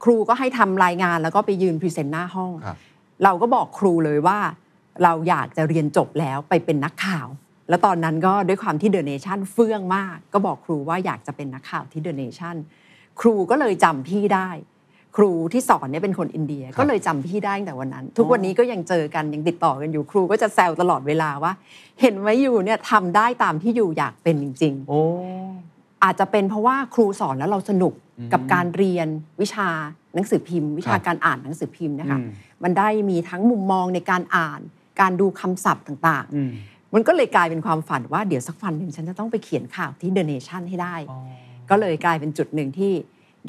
ครูก็ให้ทำรายงานแล้วก็ไปยืนพรีเซนต์หน้าห้อง
ครับ
เราก็บอกครูเลยว่า เราอยากจะเรียนจบแล้วไปเป็นนักข่าว แล้วตอนนั้นก็ด้วยความที่เดอะเนชั่นเฟื่องมาก ก็บอกครูว่าอยากจะเป็นนักข่าวที่เดอะเนชั่นครูก็เลยจำพี่ได้ ครูที่สอนเนี่ยเป็นคนอินเดียก็เลยจำพี่ได้ตั้งแต่วันนั้น ทุกวันนี้ก็ยังเจอกันยังติดต่อกันอยู่ครูก็จะแซวตลอดเวลาว่า เห็นไหมอยู่เนี่ยทำได้ตามที่อยู่อยากเป็นจริง ๆ
โอ้
อาจจะเป็นเพราะว่าครูสอนแล้วเราสนุก
อืม
กับการเรียนวิชาหนังสือพิมพ์ วิ
ค
ชา
รับ
การอ่านหนังสือพิมพ์นะคะ
อืม
มันได้มีทั้งมุมมองในการอ่าน การดูคำศัพท์ต่าง
อืม
ๆ มันก็เลยกลายเป็นความฝันว่าเดี๋ยวสักวันหนึ่งฉันจะต้องไปเขียนข่าวที่เดอะเนชั่นให้ได้
อ๋อ
ก็เลยกลายเป็นจุดหนึ่งที่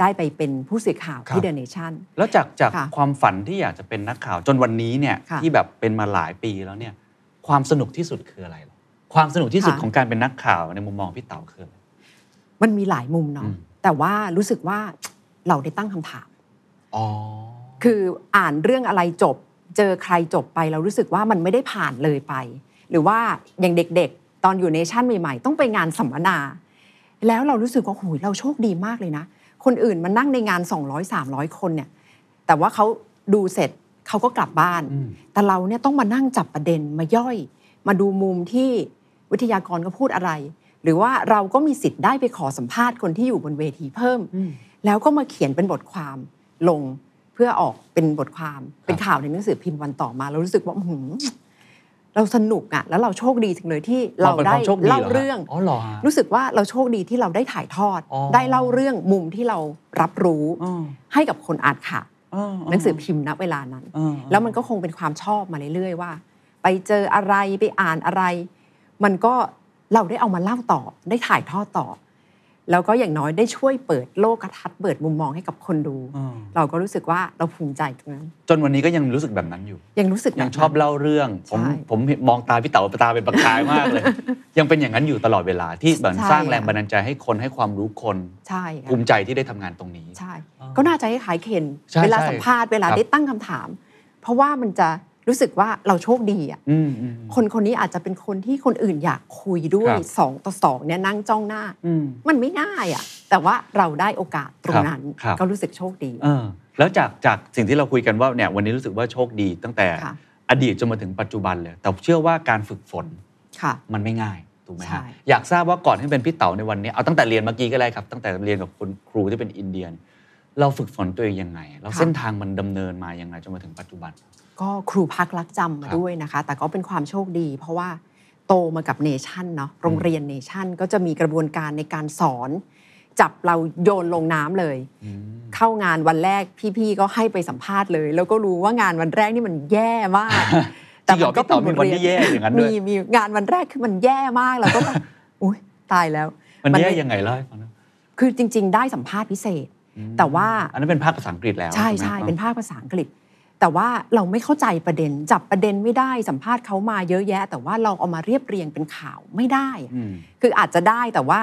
ได้ไปเป็นผู้สื่อข่าว
ครับ
ที่เดอะเนชั่น
แล้วจากจาก
ค่ะ
ความฝันที่อยากจะเป็นนักข่าวจนวันนี้เนี่ย
ค่ะ
ที่แบบเป็นมาหลายปีแล้วเนี่ย ความสนุกที่สุดคืออะไรหรอความสนุกที่สุด
ค่ะ
ของการเป็นนักข่าวในมุมมองพี่เต๋าคืออะไร
มันมีหลายมุม
อื
เนาะ
ม
แต่ว่ารู้สึกว่าเราได้ตั้งคำถาม
อ๋อ
คืออ่านเรื่องอะไรจบ เจอใครจบไปเรารู้สึกว่ามันไม่ได้ผ่านเลยไป หรือว่าอย่างเด็กๆ ตอนอยู่เนชั่นใหม่ๆ ต้องไปงานสัมมนา แล้วเรารู้สึกว่าโอ้ยเราโชคดีมากเลยนะ คนอื่นมานั่งในงาน 200 300 คนเนี่ยแต่ว่าเขาดูเสร็จเขาก็กลับบ้าน
อืม
แต่เราเนี่ยต้องมานั่งจับประเด็นมาย่อย มาดูมุมที่วิทยากรก็พูดอะไร หรือว่าเราก็มีสิทธิ์ได้ไปขอสัมภาษณ์คนที่อยู่บนเวทีเพิ่ม แล้วก็มาเขียนเป็นบทความลงเพื่อออกเป็นบทความเป็นข่าวในหนังสือพิมพ์วันต่อมาเรารู้สึกว่าอื้อหือเราสนุกอะแล้วเราโชคดีจังเลยที่เรา
มองป็น
ได้
ควมโชค
เล่า
หฮะ
เรื่อง
อ๋อเหรอฮะ
รู้สึกว่าเราโชคดีที่เราได้ถ่ายทอด
อ๋อ
ได้เล่าเรื่องมุมที่เรารับรู้
อ๋อ
ให้กับคนอ่านข่าว
อ๋อ
หนังสือพิมพ์ณเวลานั้น
อ๋อ
แล้วมันก็คงเป็นความชอบมาเรื่อยๆว่า ไปเจออะไรไปอ่านอะไร มันก็เราได้เอามาเล่าต่อได้ถ่ายทอดต่อ แล้วก็อย่างน้อยได้ช่วยเปิดโลกทัศน์เปิดมุมมองให้กับคนดู
อ๋อ
เราก็รู้สึกว่าเราภูมิใจตรงนั้น
จนวันนี้ก็ยังรู้สึกแบบนั้นอยู่
ยังรู้สึก
ยัง
แบบ
ชอบ
นั้น
เล่าเรื่อง ผม
ใช่
ผมเห็นมองตาพี่เต๋าตาเป็นประกาย มากเลย ยังเป็นอย่างนั้นอยู่ตลอดเวลาที่เหมือน
ใช่
สร้างแรง
ค่ะ
บันดาลใจให้คนให้ความรู้คน
ใช่ค่ะ
ภูมิใจที่ได้ทำงานตรงนี้
ใช่
อ๋อ
ก็น่าจะคล้ายๆเคน
ใช่
เวลา
ใช่
สัมภาษณ์เวลา
ครับ
ได้ตั้งคำถาม เพราะว่ามันจะรู้สึกว่าเราโชคดีอะ
อืมอืม
คนคนนี้อาจจะเป็นคนที่คนอื่นอยากคุยด้วย
ครับ
สองต่อสองเนี่ยนั่งจ้องหน้า
อืม
มันไม่ง่ายอะแต่ว่าเราได้โอกาสตรงนั้น
ครับครับ
ก็รู้สึกโชคดี
เออแล้วจากจากสิ่งที่เราคุยกันว่าเนี่ยวันนี้รู้สึกว่าโชคดีตั้งแต่
ค่ะ
อดีตจนมาถึงปัจจุบันเลย แต่เชื่อว่าการฝึกฝน
ค่ะ
มันไม่ง่ายถูกไหม
ใช่
ฮะอยากทราบว่าก่อนที่เป็นพี่เต๋าในวันนี้เอาตั้งแต่เรียนเมื่อกี้ก็ได้ครับ ตั้งแต่เรียนกับคุณครูที่เป็นอินเดียน เราฝึกฝนตัวเองยังไงแล้วเส้นทางมันดำเนินมายังไงจนมาถึงปัจจุบัน
ก็ครูพักรักจำมา
ครับ
ด้วยนะคะ แต่ก็เป็นความโชคดี เพราะว่าโตมากับเนชั่นเนาะโรงเรียนเนชั่นก็จะมีกระบวนการในการสอน จับเราโยนลงน้ำเลย เข้างานวันแรกพี่ๆก็ให้ไปสัมภาษณ์เลย แล้วก็รู้ว่างานวันแรกนี่มันแย่ มาก
จริงเหรอพี่ต๋อมีวันที่แย่อย่างนั้นด้วย
มีมีงานวันแรกคือมันแย่มากแล้วก็แบบ อุ้ยตายแล้ว
มันแย่
ไ
ยังไงเล่าให้ฟังหนะ
คือจริง ๆ ได้สัมภาษณ์พิเศษ แต่ว่า
อันนั้นเป็นภาคภาษาอังกฤษแล้ว
ใช่
ถูกไหม
ใช่เป็นภาคภาษาอังกฤษ แต่ว่าเราไม่เข้าใจประเด็น จับประเด็นไม่ได้สัมภาษณ์เขามาเยอะแยะ แต่ว่าเราเอามาเรียบเรียงเป็นข่าวไม่ได้อะ
อืม
คืออาจจะได้แต่ว่า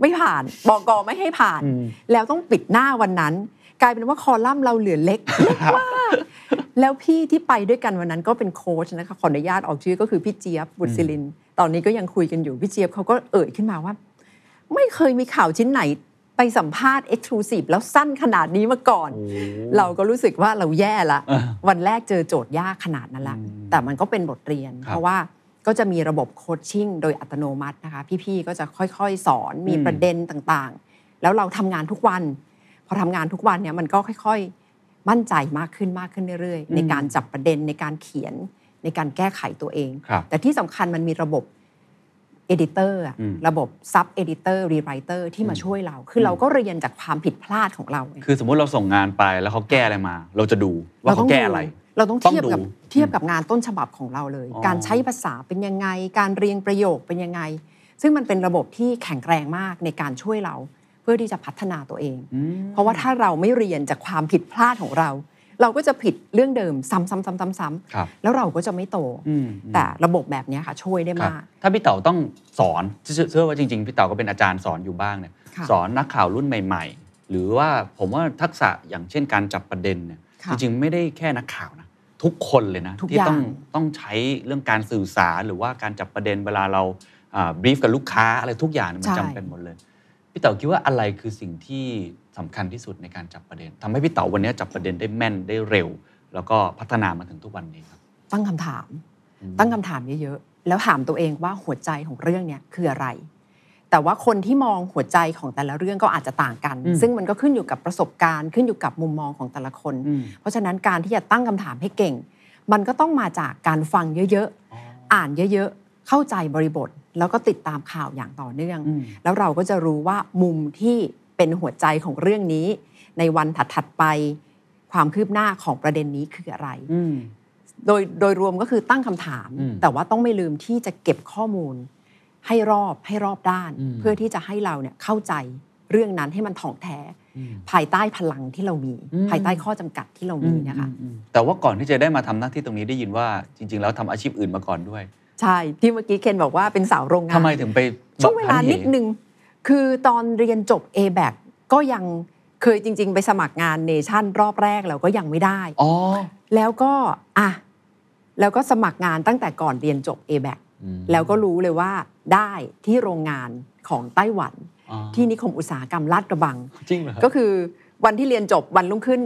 ไม่ผ่านบอกกไม่ให้ผ่าน
อืม
แล้วต้องปิดหน้าวันนั้น กลายเป็นว่าคอลัมน์เราเหลือเล็ก เล็กมาก แล้วพี่ที่ไปด้วยกันวันนั้นก็เป็นโค้ชนะคะขออนุญาตออกชื่อก็คือพี่เจี๊ยบบุตรศิลิน ตอนนี้ก็ยังคุยกันอยู่ พี่เจี๊ยบเขาก็เอ่ยขึ้นมาว่า ไม่เคยมีข่าวชิ้นไหนไปสัมภาษณ์ Exclusive แล้วสั้นขนาดนี้มาก่อน เราก็รู้สึกว่าเราแย่ละ
อ่า
วันแรกเจอโจทย์ยากขนาดนั้นละ
อืม
แต่มันก็เป็นบทเรียน
ครับ
เพราะว่าก็จะมีระบบโคชชิ่งโดยอัตโนมัตินะคะ พี่ๆก็จะค่อยๆ สอนมี
อืม
ประเด็นต่างๆ แล้วเราทำงานทุกวัน พอทำงานทุกวันเนี่ยมันก็ค่อยๆ มั่นใจมากขึ้นมากขึ้นเรื่อย
อื
ๆ
ม
ในการจับประเด็นในการเขียนในการแก้ไขตัวเอง
ครับ
แต่ที่สำคัญมันมีระบบเอดิเตอร์
อืม
ระบบซับเอดิเตอร์รีไรเตอร์ที่มา
อืม
ช่วยเรา คืออ
ม
เราก็เรียนจากความผิดพลาดของเราไง
คือสมมุติเราส่งงานไปแล้วเขาแก้อะไรมา เราจะดูว่าเขา
ต้อง
แก้อะไร
เราต้อง
ต้อง
เทียบกับ
ดู
เทียบกับงานต้นฉบับของเราเลย
อ๋อ
การใช้ภาษาเป็นยังไง การเรียงประโยคเป็นยังไง ซึ่งมันเป็นระบบที่แข็งแรงมากในการช่วยเราเพื่อที่จะพัฒนาตัวเอง เพราะว่าถ้าเราไม่เรียนจากความผิดพลาดของเรา เราก็จะผิดเรื่องเดิมซ้ำๆๆๆ
ครับ
ๆแล้วเราก็จะไม่โต
อืมอืม
แต่ระบบแบบเนี้ยค่ะ ช่วยได้
ครับ
มาก
ถ้าพี่เต๋าต้องสอนเชื่อเชื่อว่าจริง ๆ พี่เต๋าก็เป็นอาจารย์สอนอยู่บ้างเนี่ย
ค่ะ
สอนนักข่าวรุ่นใหม่ ๆ หรือว่าผมว่าทักษะอย่างเช่นการจับประเด็นเนี่ย
ค่ะ
จริงๆ ไม่ได้แค่นักข่าวนะทุกคนเลยนะ
ทุก
ที่ต้อง
อย่าง
ต้องใช้เรื่องการสื่อสารหรือว่าการจับประเด็นเวลาเราบรีฟกับลูกค้าอะไรทุกอย่างเนี่ยมัน
ใช่
จำเป็นหมดเลย พี่เต๋าคิดว่าอะไรคือสิ่งที่สำคัญที่สุดในการจับประเด็นทำให้พี่เต๋าวันนี้จับประเด็นได้แม่นได้เร็ว แล้วก็พัฒนามาถึงทุกวันนี้ครับ
ตั้งคำถาม ตั้งคำถามเยอะๆ แล้วถามตัวเองว่าหัวใจของเรื่องเนี้ยคืออะไร แต่ว่าคนที่มองหัวใจของแต่ละเรื่องก็อาจจะต่างกัน
อืม
ซึ่งมันก็ขึ้นอยู่กับประสบการณ์ ขึ้นอยู่กับมุมมองของแต่ละคน
อืม
เพราะฉะนั้นการที่จะตั้งคำถามให้เก่ง มันก็ต้องมาจากการฟังเยอะ
อ๋อ
ๆ อ่านเยอะๆ เข้าใจบริบท แล้วก็ติดตามข่าวอย่างต่อเนื่อง
อืม
แล้วเราก็จะรู้ว่ามุมที่เป็นหัวใจของเรื่องนี้ ในวันถัดๆไป ความคืบหน้าของประเด็นนี้คืออะไร โดยโดยรวมก็คือตั้งคำถาม
อืม
แต่ว่าต้องไม่ลืมที่จะเก็บข้อมูล ให้รอบให้รอบด้าน
อืม
เพื่อที่จะให้เราเนี่ยเข้าใจเรื่องนั้นให้มันถ่องแท้
อืม
ภายใต้พลังที่เรามี
อืม
ภายใต้ข้อจำกัดที่เรามีนะคะ
อืมแต่ว่าก่อนที่จะได้มาทำหน้าที่ตรงนี้ได้ยินว่าจริง ๆ แล้วทำอาชีพอื่นมาก่อนด้วย
ใช่ ที่เมื่อกี้เคนบอกว่าเป็นสาวโรงงา
ทำ
น
ไมถึงไป
ช่วงเวลา
หัเห
นิดนึง คือตอนเรียนจบ A b a c ก็ยังเคยจริง ๆ ไปสมัครงานเนชั่นรอบแรกเราก็ยังไม่ได้
อ๋อ
แล้วก็อ่ะแล้วก็สมัครงานตั้งแต่ก่อนเรียนจบ A b a c
อืม
แล้วก็รู้เลยว่าได้ที่โรงงานของไต้หวัน
อ๋อ
ที่นิคมอุตสาหกรรมลาดกระบัง
จริงเหรอครับ
ก็คือวันที่เรียนจบวันรุ่งขึ้น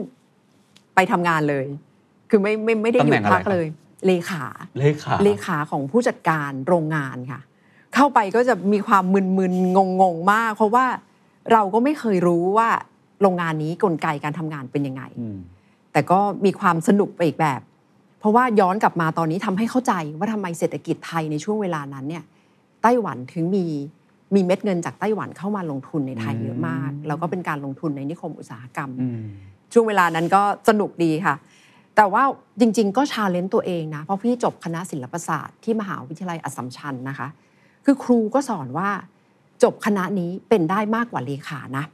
ไปทำงานเลย คือไม่ไม่ไม่ได้ห
ตำแห
ยุ
น่
ด
งอะไร
พัก
ครับ
เลย เลขา
เลขา
เลขาของผู้จัดการโรงงานค่ะ เข้าไปก็จะมีความมึนๆงงๆ มาก เพราะว่าเราก็ไม่เคยรู้ว่าโรงงานนี้กลไกการทำงานเป็นยังไง
อืม
แต่ก็มีความสนุกไปอีกแบบ เพราะว่าย้อนกลับมาตอนนี้ทำให้เข้าใจว่าทำไมเศรษฐกิจไทยในช่วงเวลานั้นเนี่ยไต้หวันถึงมีมีเม็ดเงินจากไต้หวันเข้ามาลงทุนในไทยเยอะมาก
อืม
แล้วก็เป็นการลงทุนในนิคมอุตสาหกรรม
อืม
ช่วงเวลานั้นก็สนุกดีค่ะ แต่ว่าจริงๆ ก็ชาเลนจ์ตัวเองนะ เพราะพี่จบคณะศิลปศาสตร์ที่มหาวิทยาลัยอัสสัมชัญนะคะ คือครูก็สอนว่าจบคณะนี้เป็นได้มากกว่าเลขานะ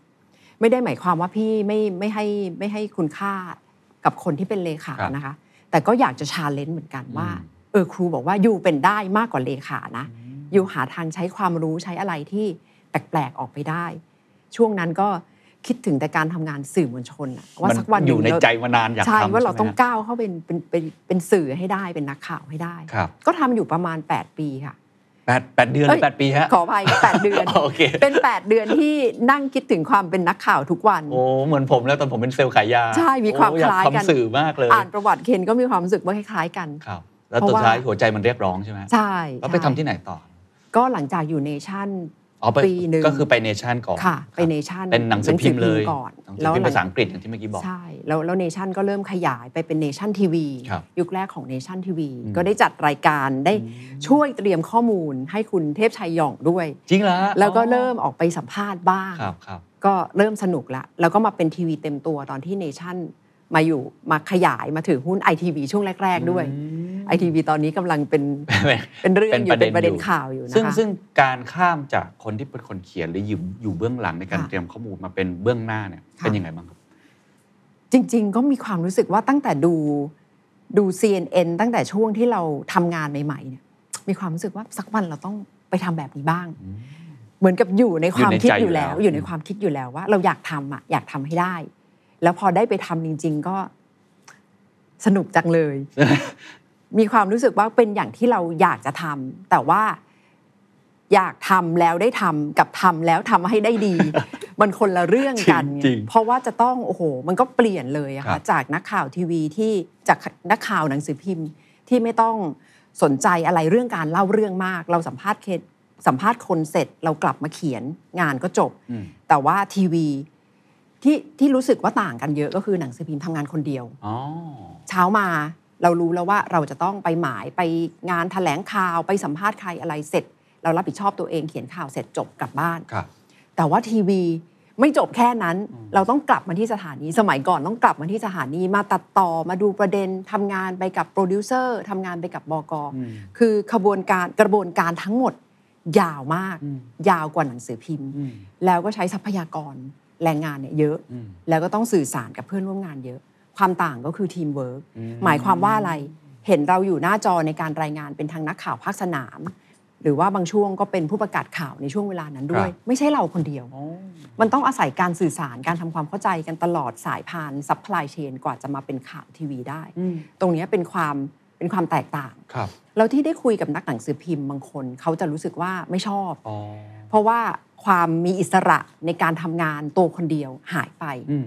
ไม่ได้หมายความว่าพี่ไม่ไม่ให้ไม่ให้คุณค่ากับคนที่เป็นเลขา
ครับ
นะคะ แต่ก็อยากจะชาเลนจ์เหมือนกันว่า
อืม
เออครูบอกว่าอยู่เป็นได้มากกว่าเลขานะ อยู่หาทางใช้ความรู้ใช้อะไรที่แปลกๆออกไปได้ ช่วงนั้นก็คิดถึงแต่การทำงานสื่อมวลชนน่ะว่าสักวัน
มัอยู่ใน
หงเร
ใจมานานอยากทำ
ใช่ว่าเรา
ใช่ไหม
ต้อง
ฮะ
ก้าวเข้าเป็นเป็นเป็นเป็นสื่อให้ได้เป็นนักข่าวให้ได้
ครับ
ก็ทำอยู่ประมาณ 8 ปีค่ะ
แปดแปดเดือนห
เอ้ย
รือแปดปีฮะ
ขออภัย 8 เดือน
โอเค
เป็น 8 เดือนที่นั่งคิดถึงความเป็นนักข่าวทุกวัน
โอ้เหมือนผมแล้วตอนผมเป็นเซลล์ขายยา
ใช่มีความ
โอ้อ
คล้ายกัน
ทำสื่อมากเลย
อ่านประวัติเคนก็มีความรู้สึกว่าคล้ายๆกัน
ครับ แล้ว
เพ
ตั
ราะ
ว
ว่า
ท้ายหัวใจมันเรียกร้องใช่ไหม
ใช่
แล้วไปทำที่ไหนต่อ
ก็หลังจากอยู่เนชั่น
อ๋อไป
ปีหนึ่ง
ก็คือไปเนชั่นก่อน
ค่ะ ไป
รับ
เนชั่น
เป็นหนังสือพิมพ์เลย
ก่อน
หนังสือพิมพ์
หลั
ภาง ษาอังกฤษอย่างที่เมื่อกี้บอก
ใช่ แล้วแล้วเนชั่นก็เริ่มขยายไปเป็นเนชั่นทีวี
ครับ
ยุคแรกของเนชั่นทีวี
อืม
ก็ได้จัดรายการได้ช่วยเตรียมข้อมูลให้คุณเทพชัยหย่องด้วย
จริงเหรอฮะ
แล้วก็
อ๋อ
เริ่มออกไปสัมภาษณ์บ้าง
ครับครับ
ก็เริ่มสนุกละ แล้วก็มาเป็นทีวีเต็มตัวตอนที่เนชั่นมาอยู่มาขยายมาถือหุ้นไอทีวีช่วงแรก ๆ ด้วยไอทีวีตอนนี้กำลังเป็น เป็นเรื่อง
เป็น
อ
ป
ยู่
ระเด็
เป็น นประเด็น
อยู่
ข่าวอยู่นะคะ
ซึ่งซึ่งการข้ามจากคนที่เป็นคนเขียนหรืออยู่อยู่เบื้องหลังในการ
ค่ะ
เตรียมข้อมูลมาเป็นเบื้องหน้าเนี่ย
ค่ะ
เป็นยังไงบ้างครับ
จริง ๆ ก็มีความรู้สึกว่าตั้งแต่ดู ดู CNN ตั้งแต่ช่วงที่เราทำงานใหม่ๆเนี่ยมีความรู้สึกว่าสักวันเราต้องไปทำแบบนี้บ้าง เหมือนกับอยู่ในความ
อยู่ใน
คิด
ใจ
อ
อยู่
ยู่
แล้
แล้ว
ว
อยู่ในความคิดอยู่แล้วว่า เราอยากทำอ่ะอยากทำให้ได้ แล้วพอได้ไปทำจริง ๆ ก็สนุกจังเลย มีความรู้สึกว่าเป็นอย่างที่เราอยากจะทำแต่ว่าอยากทำแล้วได้ทำกับทำแล้วทำให้ได้ ดี มันคนละเรื่องกันไง
จริงๆ
เพราะว่าจะต้องโอ้โห มันก็เปลี่ยนเลยอะ
ครั
ค่ะ
บ
จากนักข่าวทีวีที่จากนักข่าวหนังสือพิมพ์ ที่ไม่ต้องสนใจอะไรเรื่องการเล่าเรื่องมาก เราสัมภาษณ์เคสสัมภาษณ์คนเสร็จเรากลับมาเขียนงานก็จบ
อืม
แต่ว่าทีวีที่ที่รู้สึกว่าต่างกันเยอะก็คือหนังสือพิมพ์ทำงานคนเดียว
อ๋อ
เช้ามาเรารู้แล้วว่าเราจะต้องไปหมายไปงานแถลงข่าวไปสัมภาษณ์ใครอะไรเสร็จ เรารับผิดชอบตัวเองเขียนข่าวเสร็จจบกลับบ้าน
ครับ
แต่ว่าทีวีไม่จบแค่นั้น
อืม
เราต้องกลับมาที่สถานีสมัยก่อนต้องกลับมาที่สถานีมาตัดต่อมาดูประเด็นทำงานไปกับโปรดิวเซอร์ทำงานไปกับบก
อืม
คือขบวนการกระบวนการทั้งหมดยาวมาก
อืม
ยาวกว่าหนังสือพิมพ์
อืม
แล้วก็ใช้ทรัพยากรแรงงานเนี่ยเยอะ
อืม
แล้วก็ต้องสื่อสารกับเพื่อนร่วมงานเยอะ ความต่างก็คือทีมเวิร์ก
อืม
หมายความว่าอะไร เห็นเราอยู่หน้าจอในการรายงานเป็นทางนักข่าวภาคสนาม หรือว่าบางช่วงก็เป็นผู้ประกาศข่าวในช่วงเวลานั้นด้วย ไม่ใช่เราคนเดียว
อ๋อ
มันต้องอาศัยการสื่อสารการทำความเข้าใจกันตลอดสายพานซัพพลายเชนกว่าจะมาเป็นข่าวทีวีได้
อืม
ตรงเนี้ยเป็นความเป็นความแตกต่าง
ครับ
แล้วที่ได้คุยกับนักหนังสือพิมพ์บางคน เขาจะรู้สึกว่าไม่ชอบ
อ๋อ
เพราะว่าความมีอิสระในการทำงานตัวคนเดียวหายไป
อืม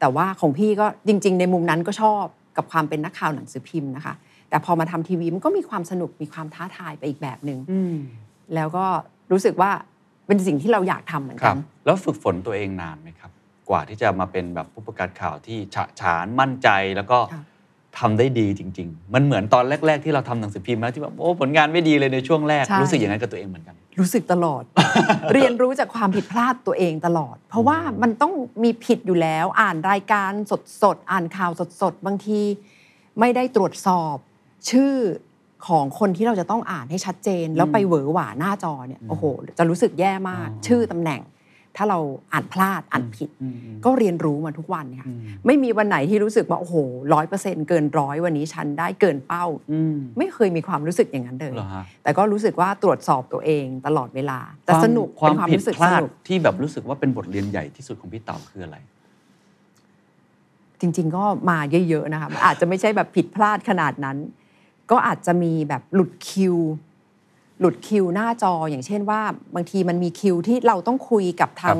แต่ว่าของพี่ก็จริง ๆ ในมุมนั้นก็ชอบกับความเป็นนักข่าวหนังสือพิมพ์นะคะ แต่พอมาทำทีวีมันก็มีความสนุกมีความท้าทายไปอีกแบบหนึง่ง
อืม
แล้วก็รู้สึกว่าเป็นสิ่งที่เราอยากทำเหมือน
ครั
กับ น
แล้วฝึกฝนตัวเองนานไหมครับ กว่าที่จะมาเป็นแบบผู้ประกาศข่าวที่ฉะฉานมั่นใจแล้วก็
ค่ะ
ทำได้ดีจริง ๆ มันเหมือนตอนแรก ๆ ที่เราทำหนังสือพิมพ์นะที่แบบโอ้ผลงานไม่ดีเลยในช่วงแรก
ใช่
รู้สึกอย่างนั้นกับตัวเองเหมือนกัน
รู้สึกตล อด เรียนรู้จากความผิดพลาดตัวเองตลอด เพราะว่ามันต้องมีผิดอยู่แล้วอ่านรายการสดสดๆอ่านข่าวสดสดๆบางที ไม่ได้ตรวจสอบชื่อของคนที่เราจะต้องอ่านให้ชัดเจน แล้วไปเหวอหวาหน้าจอเนี่ยโอ้โห จะรู้สึกแย่มาก
อ๋อ
ชื่อตำแหน่ง ถ้าเราอ่านพลาดอ่านผิด
อืม
ก็เรียนรู้มาทุกวันค่ะ
อืม
ไม่มีวันไหนที่รู้สึกว่าโอ้โหร้อยเปอร์เซ็นเกินร้อยวันนี้ฉันได้เกินเป้า
อืม
ไม่เคยมีความรู้สึกอย่างนั้นเลย
เหรอฮะ
แต่ก็รู้สึกว่าตรวจสอบตัวเองตลอดเวลา แต่สนุก
ควา
เป็
ม
นความ
ผิด
รู้สึก
พลา
ส
ด
นุก
ที่แบบรู้สึกว่าเป็นบทเรียนใหญ่ที่สุดของพี่เต๋าคืออะไร
จริง ๆ ก็มาเยอะ ๆ นะคะอาจจะไม่ใช่แบบผิดพลาดขนาดนั้น ก็อาจจะมีแบบหลุดคิว หลุดคิวหน้าจออย่างเช่นว่าบางทีมันมีคิวที่เราต้องคุยกับทาง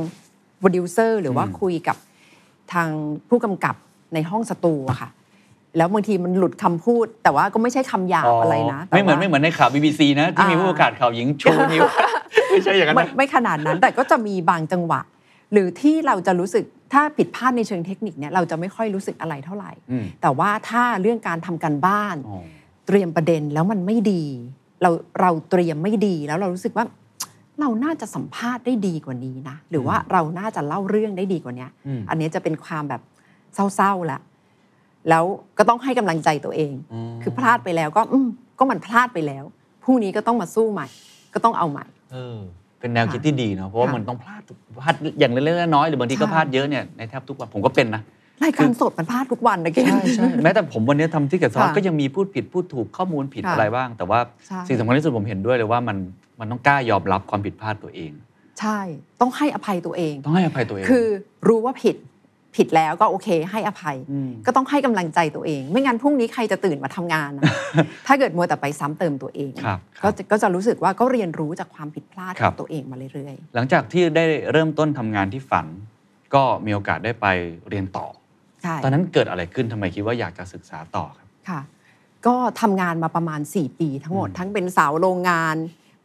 โปรดิวเซอร์หรือว่า
อืม
คุยกับทางผู้กำกับในห้องสตูอะค่ะ แล้วบางทีมันหลุดคำพูด แต่ว่าก็ไม่ใช่คำหยาบอะไรนะแต่
ไม่เหมือน
ว่า
ไม่เหมือนในข่าว BBC นะที่มี
อ่า
ผู้ประกาศข่าวหญิงชูนิ้ว ไม่ใช่อย่างนั้น
ไม่
นะ
ไม่ขนาดนั้น แต่ก็จะมีบางจังหวะ หรือที่เราจะรู้สึกถ้าผิดพลาดในเชิงเทคนิคเนี่ยเราจะไม่ค่อยรู้สึกอะไรเท่าไหร่
อืม
แต่ว่าถ้าเรื่องการทำการบ้าน
อ๋อ
เตรียมประเด็นแล้วมันไม่ดี เราเราเตรียมไม่ดีแล้วเรารู้สึกว่า เราน่าจะสัมภาษณ์ได้ดีกว่านี้นะ หรือว่าเราน่าจะเล่าเรื่องได้ดีกว่าเนี้ย
อืม
อันเนี้ยจะเป็นความแบบเศร้าๆละแล้วก็ต้องให้กำลังใจตัวเอง
อืม
คือพลาดไปแล้วก็อืมก็มันพลาดไปแล้วพรุ่งนี้ก็ต้องมาสู้ใหม่ ก็ต้องเอาใหม่
เออเป็นแนว
ค่ะ
คิดที่ดีเนาะเพราะว่า
ค่ะ
มันต้องพลาดทุกพลาดอย่างเล็กๆน้อยๆหรือบางทีก็
ใช่
พลาดเยอะเนี่ยในแทบทุกวันผมก็เป็นนะ
รายการสดมันพลาดทุกวันนะเก
แม้แต่ผมวันนี้ทำที่เกิดสวัส
ค่ะ
ก็ยังมีพูดผิดพูดถูกข้อมูลผิด
ค่ะ
อะไรบ้าง แต่ว่า
ใช่
สิ่งสำคัญที่สุดผมเห็นด้วยเลยว่ามันมันต้องกล้ายอมรับความผิดพลาดตัวเอง
ใช่ ต้องให้อภัยตัวเอง
ต้องให้อภัยตัวเอง
คือรู้ว่าผิดผิดแล้วก็โอเค ให้อภัย
อืม
ก็ต้องให้กำลังใจตัวเอง ไม่งั้นพรุ่งนี้ใครจะตื่นมาทำงานนะ ถ้าเกิดมัวแต่ไปซ้ำเติมตัวเอง
ครับค
ก็
รับ
จะก็จะรู้สึกว่าก็เรียนรู้จากความผิดพลาด
ครั
ของ
บ
ตัวเองมาเรื่อย
หลังจากที่ได้เริ่มต้นทำงานที่ฝัน ก็มีโอกาสได้ไปเรียนต่อ
ๆ ใช่
ตอนนั้นเกิดอะไรขึ้นทำไมคิดว่าอยากจะศึกษาต่อครับ
ค่ะ ก็ทำงานมาประมาณ 4 ปีทั้งหมด
อืม
ทั้งเป็นสาวโรงงาน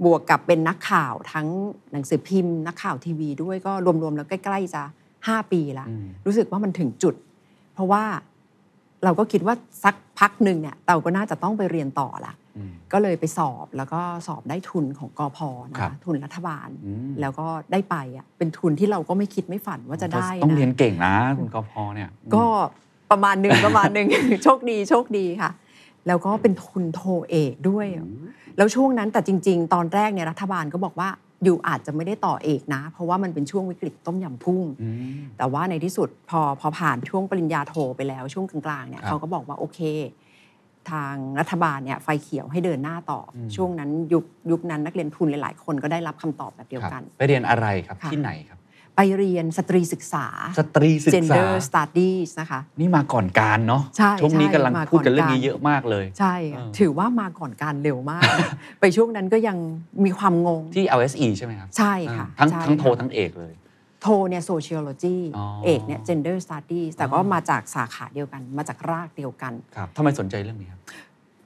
บวกกับเป็นนักข่าวทั้งหนังสือพิมพ์ นักข่าวทีวีด้วยก็รวมๆแล้วใกล้ๆจะ 5 ปีละ
อืม
รู้สึกว่ามันถึงจุด เพราะว่าเราก็คิดว่าสักพักหนึ่งเนี่ยเราก็น่าจะต้องไปเรียนต่อละ
อืม
ก็เลยไปสอบแล้วก็สอบได้ทุนของกอพนะครับ คะทุนรัฐบาล
อืม
แล้วก็ได้ไปอ่ะเป็นทุนที่เราก็ไม่คิดไม่ฝันว่าจะได้
ต้องเรียน
นะ
เก่งนะคุณกพเนี่ย
ก็ประมาณหนึ่ง ประมาณหนึ่ง โชคดีโชคดีค่ะ แล้วก็เป็นทุนโทเอกด้วย แล้วช่วงนั้นแต่จริง ๆ ตอนแรกเนี่ยรัฐบาลก็บอกว่าอยู่อาจจะไม่ได้ต่อเอกนะ เพราะว่ามันเป็นช่วงวิกฤตต้มยำกุ้ง
อืม
แต่ว่าในที่สุดพอพอผ่านช่วงปริญญาโทไปแล้วช่วงกลางๆเนี่ย
ครับ
เขาก็บอกว่าโอเค ทางรัฐบาลเนี่ยไฟเขียวให้เดินหน้าต่ออ
ม
ช่วงนั้นยุคยุคนั้นนักเรียนทุนหลาย ๆ คนก็ได้รับคำตอบแบบเดียว
ครับ
กัน
ไปเรียนอะไรครับ
ค่ะ
ที่ไหนครับ
ไปเรียนสตรีศึกษา
สตรีศึกษา
gender studies นะคะ
นี่มาก่อนการเนาะ
ใช่
ช่วงนี้
ใช่
กำลัง
มา
พูดกั
ก่อ
น
น
เรื่องนี้
การ
เยอะมากเลย
ใช่ค่ะ
อ่า
ถือว่ามาก่อนการเร็วมาก ไปช่วงนั้นก็ยังมีความงง
ที่ LSE ใช่ไหมครับ
ใช่ค่ะ
อ่าทั้ง
ใช่
ทั้งโท
ค่ะ
ทั้งเอกเลย
โทเนี่ย sociology
อ๋อ
เอกเนี่ย gender studies แต่ก็
อ๋อ
มาจากสาขาเดียวกัน มาจากรากเดียวกัน
ครับทำไมสนใจเรื่องนี้ครับ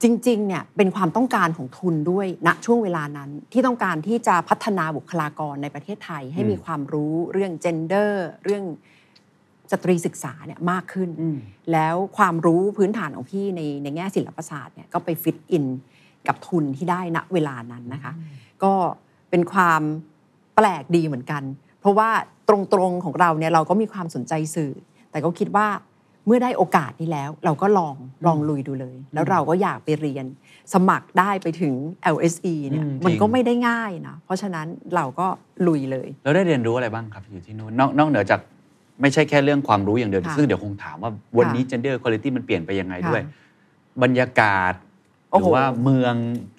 จริงๆ เนี่ยเป็นความต้องการของทุนด้วยณช่วงเวลานั้นที่ต้องการที่จะพัฒนาบุคลากรในประเทศไทย ให้
อืม
มีความรู้เรื่อง gender เรื่องสตรีศึกษาเนี่ยมากขึ้น แล้วความรู้พื้นฐานของพี่ในในแง่ศิลปศาสตร์เนี่ยก็ไปฟิตอินกับทุนที่ได้ณเวลานั้นนะคะ ก็เป็นความแปลกดีเหมือนกัน เพราะว่าตรงๆของเราเนี่ยเราก็มีความสนใจสื่อ แต่ก็คิดว่าเมื่อได้โอกาสนี้แล้ว เราก็ลองลองลุยดูเลย แล้วเราก็อยากไปเรียนสมัครได้ไปถึง LSE เนี่ย
อืมจริง
มันก็ไม่ได้ง่ายนะเพราะฉะนั้นเราก็ลุยเลย
แล้วได้เรียนรู้อะไรบ้างครับ อยู่ที่นู่นนอกนอกเหนือจากไม่ใช่แค่เรื่องความรู้อย่างเดียว
ค่ะ
ซึ่งเดี๋ยวคงถามว่าวันนี้ gender quality มันเปลี่ยนไปยังไงด้วย บรรยากาศห
โอ้
รื
โห
อว่าเมือง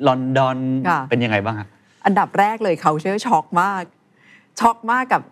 ลอนดอน
ค่ะ
เป็นยังไงบ้างฮะ
อันดับแรกเลยเขาเชื่อช็อกมาก ช็อกมากกับ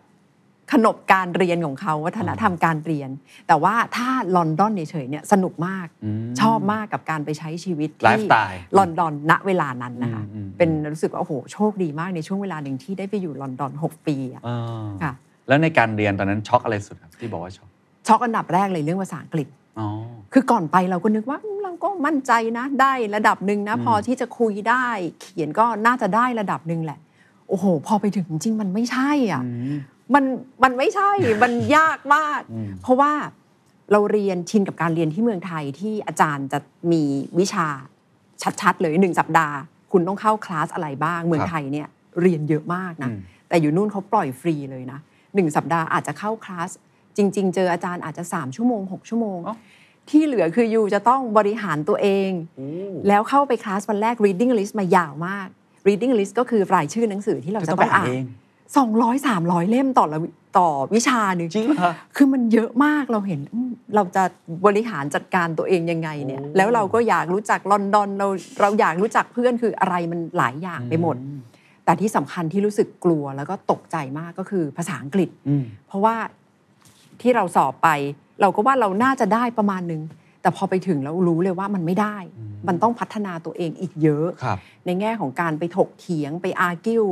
ขนบการเรียนของเขาวัฒนธรรมการเรียน แต่ว่าถ้าลอนดอนเฉยๆเนี่ยสนุกมาก
อืม
ชอบมากกับการไปใช้ชีวิต
ไลฟ์
ที่
สไตล์
ลอนดอนณเวลานั้นนะคะ
อืมอืม
เป็นรู้สึกว่าโอ้โหโชคดีมากในช่วงเวลาหนึ่งที่ได้ไปอยู่ลอนดอนหกปีอะ
อ่า
ค่ะ
แล้วในการเรียนตอนนั้นช็อกอะไรสุดครับที่บอกว่าช็อก
ช็อกอันดับแรกเลยเรื่องภาษาอังกฤษ
อ๋อ
คือก่อนไปเราก็นึกว่าอืมเราก็มั่นใจนะได้ระดับหนึ่งนะ
อืม
พอที่จะคุยได้ เขียนก็น่าจะได้ระดับหนึ่งแหละ โอ้โห พอไปถึงจริงๆมันไม่ใช่อ่ะ
อืม
มันมันไม่ใช่ มันยากมาก
อืม
เพราะว่าเราเรียนชินกับการเรียนที่เมืองไทยที่อาจารย์จะมีวิชาชัดๆเลยหนึ่งสัปดาห์ คุณต้องเข้าคลาสอะไรบ้าง เมืองไทยเนี่ยเรียนเยอะมากนะ
อืม
แต่อยู่นู่นเขาปล่อยฟรีเลยนะหนึ่งสัปดาห์อาจจะเข้าคลาส จริง ๆ เจออาจารย์อาจจะ 3 ชั่วโมง 6 ชั่วโมง
เอ้า
ที่เหลือคืออยู่จะต้องบริหารตัวเอง แล้วเข้าไปคลาสวันแรก reading list มายาวมาก reading list ก็คือรายชื่อหนังสือที่เรา
คือ
จะ
ต้อง
ต้
ไป
อง
อ่าน
อ่าน
เอง
สองร้อยสามร้อยเล่มต่อละวิต่อวิชาหนึ่ง
จริงเหรอ
คือมันเยอะมากเราเห็นอืมเราจะบริหารจัดการตัวเองยังไงเนี่ย
โอ้
แล้วเราก็อยากรู้จักลอนดอนเราเราอยากรู้จักเพื่อนคืออะไรมันหลายอย่างไปหมด แต่ที่สำคัญที่รู้สึกกลัวแล้วก็ตกใจมากก็คือภาษาอังกฤษ
อืม
เพราะว่าที่เราสอบไป เราก็ว่าเราน่าจะได้ประมาณหนึง แต่พอไปถึงแล้วรู้เลยว่ามันไม่ได้
อืม
มันต้องพัฒนาตัวเองอีกเยอะ
ครับ
ในแง่ของการไปถกเถียงไปอาร์กิว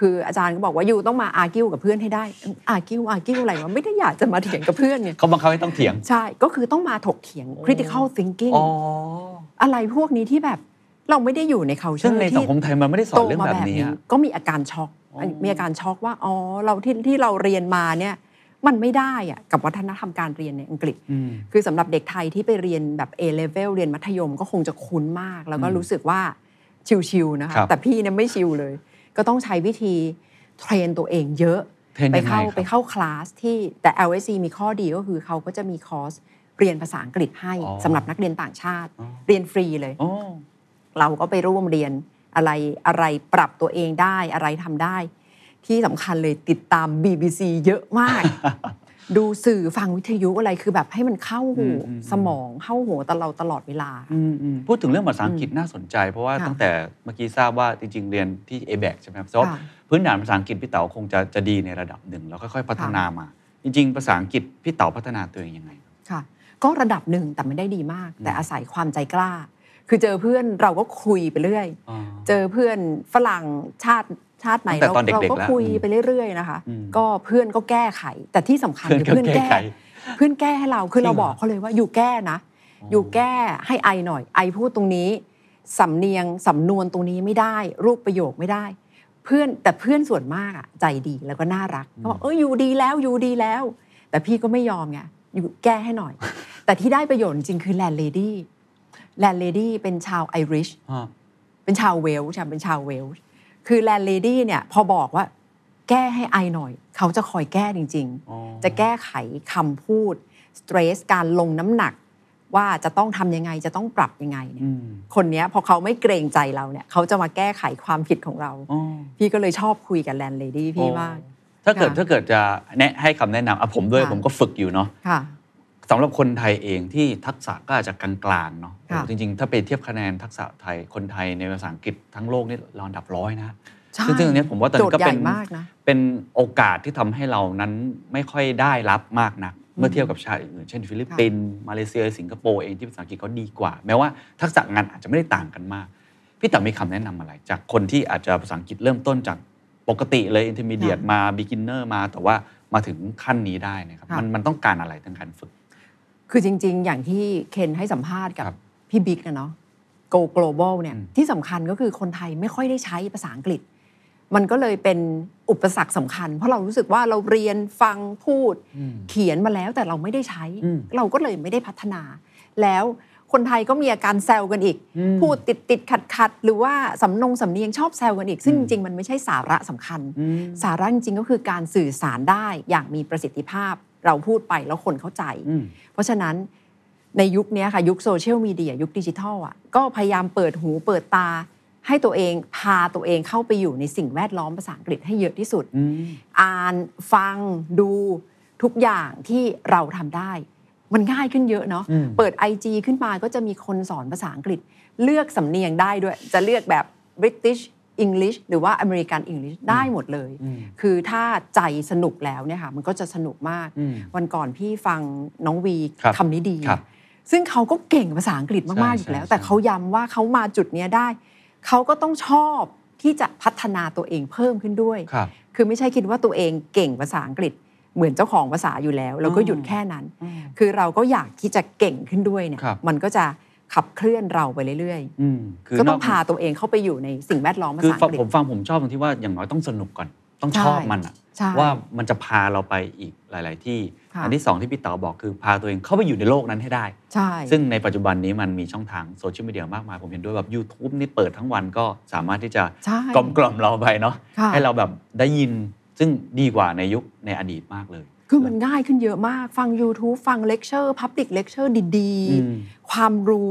คืออาจารย์ก็บอกว่าอยู่ต้องมาอาร์กิวกับเพื่อนให้ได้อาร์กิวอาร์กิวอะไรวะไม่ได้อยากจะมาเถียงกับเพื่อนเนี่ย
เขาบังคับให้ต้องเถียง
ใช่ก็คือต้องมาถกเถียง critical thinking
อ๋อ
อะไรพวกนี้ที่แบบเราไม่ได้อยู่ใน culture
ซึ่งในสังคมไทยมันไม่ได้สอนเรื่องแบบนี้
โตมาก็มีอาการช็อก
อ๋อ
มีอาการช็อกว่าอ๋อเราที่ที่เราเรียนมาเนี่ยมันไม่ได้อะกับวัฒนธรรมการเรียนในอังกฤษ
อืม
คือสำหรับเด็กไทยที่ไปเรียนแบบ A level เรียนมัธยมก็คงจะคุ้นมาก แล้วก็
อืม
รู้สึกว่าชิวๆนะคะ
ครับ
แต่พี่เนี่ยไม่ชิวเลย ก็ต้องใช้วิธีเทรนตัวเองเยอะ
เทรน
ไป
ยังไง
เข้า
ครับ
ไปเข้าคลาสที่แต่ LSE มีข้อดีก็คือเขาก็จะมีคอร์สเรียนภาษาอังกฤษให้
อ๋อ
สำหรับนักเรียนต่างชาติ
อ๋อ
เรียนฟรีเลย
อ๋อ
เราก็ไปร่วมเรียนอะไรอะไรปรับตัวเองได้อะไรทำได้ ที่สำคัญเลยติดตาม BBC เยอะมาก ดูสื่อฟังวิทยุอะไรคือแบบให้มันเข้าหู
อืมอืม
สมองเข้าหัวตลอดตลอดเวลา
อืมอืมพูดถึงเรื่องภาษาอังกฤษน่าสนใจ เพราะว่า
ค่ะ
ตั้งแต่เมื่อกี้ทราบว่าจริง ๆ เรียนที่ a b a c ใช่ไหมครับแต่ว่า
ค่ะ
พื้นฐานภาษาอังกฤษพี่เต๋าคงจะจะดีในระดับหนึ่งแล้วค่อยๆพัฒนามา จริง ๆ ภาษาอังกฤษพี่เต๋าพัฒนาตัวเองยังไง
ค่ะก็ระดับหนึ่งแต่ไม่ได้ดีมาก แต่
อืม
อาศัยความใจกล้า คือเจอเพื่อนเราก็คุยไปเรื่อย
อ๋อ
เจอเพื่อนฝรั่งชาติชาติไหน
ตั้งแต่
เรา
ตอนเด็กๆ
เราก็
แล้ว
คุย
อืม
ไปเรื่อยๆนะคะ
อืม
ก็เพื่อนก็แก้ไข แต่ที่สำคัญ
เพื่อน
คือเพื่อน
ก็แก้
แก้
ไข
เพื่อนแก้ให้เรา คือ
จริงเหร
เรา
อ
บอกเขาเลยว่าอยู่แก้นะ อยู่แก้ให้ไอหน่อย ไอพูดตรงนี้ สำเนียง สำนวนตรงนี้ไม่ได้ รูปประโยคไม่ได้ เพื่อนแต่เพื่อนส่วนมากอะใจดีแล้วก็น่ารักก็บอกเอออยู่ดีแล้วอยู่ดีแล้ว แต่พี่ก็ไม่ยอมไงอยู่แก้ให้หน่อย แต่ที่ได้ประโยชน์จริงๆคือแลนเลดี้แลนเลดี้เป็นชาวไอริช
ฮะ
เป็นชาวเวลส์ค่ะเป็นชาวเวลส์คือแลนเลดี้เนี่ยพอบอกว่า แก้ให้ไอหน่อย เขาจะคอยแก้จริง ๆ
อ๋อ
จะแก้ไขคำพูดสเตรสการลงน้ำหนัก ว่าจะต้องทำยังไงจะต้องปรับยังไงเนี่ย
อืม
คนเนี้ยพอเขาไม่เกรงใจเราเนี่ยเขาจะมาแก้ไขความผิดของเรา
อ๋อ
พี่ก็เลยชอบคุยกับแลนเลดี้พี่
อ๋อ
มาก
ถ้าเกิด
ค่ะ
ถ้าเกิดจะแนะให้คำแนะนำอ่ะผมด้วย
ค่ะ
ผมก็ฝึกอยู่เนาะ
ค่ะ
สำหรับคนไทยเองที่ทักษะก็อาจจะกลางๆเนาะ
ค่ะ
จริงๆ ถ้าไปเทียบคะแนนทักษะไทยคนไทยในภาษาอังกฤษทั้งโลกนี่เราอันดับร้อยนะ
ใช่
ซึ่งซึ่งอันเนี้ยผมว่าตอน
โจท
นี้
ย์
ก็
ให
เป็
ญ่
น
มากนะ
เป็นโอกาสที่ทำให้เรานั้นไม่ค่อยได้รับมากนัก เมื่อเทียบกับชาติอื่น เช่นฟิลิปปินส์มาเลเซีย สิงคโปร์เองที่ภาษาอังกฤษเขาดีกว่า แม้ว่าทักษะงานอาจจะไม่ได้ต่างกันมาก พี่แต่มีคำแนะนำอะไร จากคนที่อาจจะภาษาอังกฤษเริ่มต้นจากปกติเลย intermediate มา beginner มาแต่ว่ามาถึงขั้นนี้ได้นะครับ
ค่ะ
มันมันต้องการอะไรทางการฝึก
คือจริง ๆ อย่างที่เคนให้สัมภาษณ์กับ
ครับ
พี่บิ๊กนะเนาะ go global เนี่ย
อืม
ที่สำคัญก็คือคนไทยไม่ค่อยได้ใช้ภาษาอังกฤษ มันก็เลยเป็นอุปสรรคสำคัญ เพราะเรารู้สึกว่าเราเรียนฟังพูด เขียนมาแล้วแต่เราไม่ได้ใช้
อืม
เราก็เลยไม่ได้พัฒนา แล้วคนไทยก็มีอาการแซวกันอีก
อืม
พูดติดติดขัดขัดๆหรือว่าสำนงสำเนียงชอบแซวกันอีก ซึ่ง
อื
จ
ม
ริงๆมันไม่ใช่สาระสำคัญ
อืม
สาระจริงๆก็คือการสื่อสารได้อย่างมีประสิทธิภาพ เราพูดไปแล้วคนเข้าใจ
อืม
เพราะฉะนั้นในยุคเนี้ยค่ะ ยุคโซเชียลมีเดียยุคดิจิทัลอ่ะก็พยายามเปิดหูเปิดตา ให้ตัวเองพาตัวเองเข้าไปอยู่ในสิ่งแวดล้อมภาษาอังกฤษให้เยอะที่สุด
อืม
อ่านฟังดูทุกอย่างที่เราทำได้ มันง่ายขึ้นเยอะเนาะ
อืม
เปิด IG ขึ้นมาก็จะมีคนสอนภาษาอังกฤษ เลือกสำเนียงได้ด้วย จะเลือกแบบ British English หรือว่า American English ได้หมดเลย
อืม
คือถ้าใจสนุกแล้วเนี่ยค่ะมันก็จะสนุกมาก
อืม
วันก่อนพี่ฟังน้องวี
ครับ
คำนี้ดี
ครับ
ซึ่งเขาก็เก่งภาษาอังกฤษมากๆอ
ใช่
ยู่แล้ว
ใช่
แต่เขาย้ำว่าเขามาจุดเนี้ยได้ เขาก็ต้องชอบที่จะพัฒนาตัวเองเพิ่มขึ้นด้วย
ครับ
คือไม่ใช่คิดว่าตัวเองเก่งภาษาอังกฤษ เหมือนเจ้าของภาษาอยู่แล้ว แล้วก็
อืม
หยุดแค่นั้น คือเราก็อยากที่จะเก่งขึ้นด้วยเนี่ย
ครับ
มันก็จะขับเคลื่อนเราไปเรื่อย
อืมคื
ๆ ก็ต้อง
น
พาตัวเองเข้าไปอยู่ในสิ่งแวดล้อมภา
คือ
ษาอั
ฟัง
งกฤษ
ผมฟังผมชอบตรงที่ว่าอย่างน้อยต้องสนุกก่อนต้องชอบ
ใช่
มันอะ
ใช่
ว่ามันจะพาเราไปอีกหลาย ๆ ที่
ค่ะ
อัที่สองที่พี่เต๋อบอกคือพาตัวเองเข้าไปอยู่ในโลกนั้นให้ได้
ใช่
ซึ่งในปัจจุบันนี้มันมีช่องทางโซเชียลมีเดียมากมาย ผมเห็นด้วยแบบ YouTube นี่เปิดทั้งวันก็สามารถที่จะ
ใช่
กล่อมกล่อมๆเราไปเนาะ
ค่ะ
ให้เราแบบได้ยินซึ่งดีกว่าในยุคในอดีตมากเลย
คือมันง่ายขึ้นเยอะมาก ฟัง YouTube ฟังเลคเชอร์พับลิกเลคเชอร์ดี
อืม
ๆ ความรู้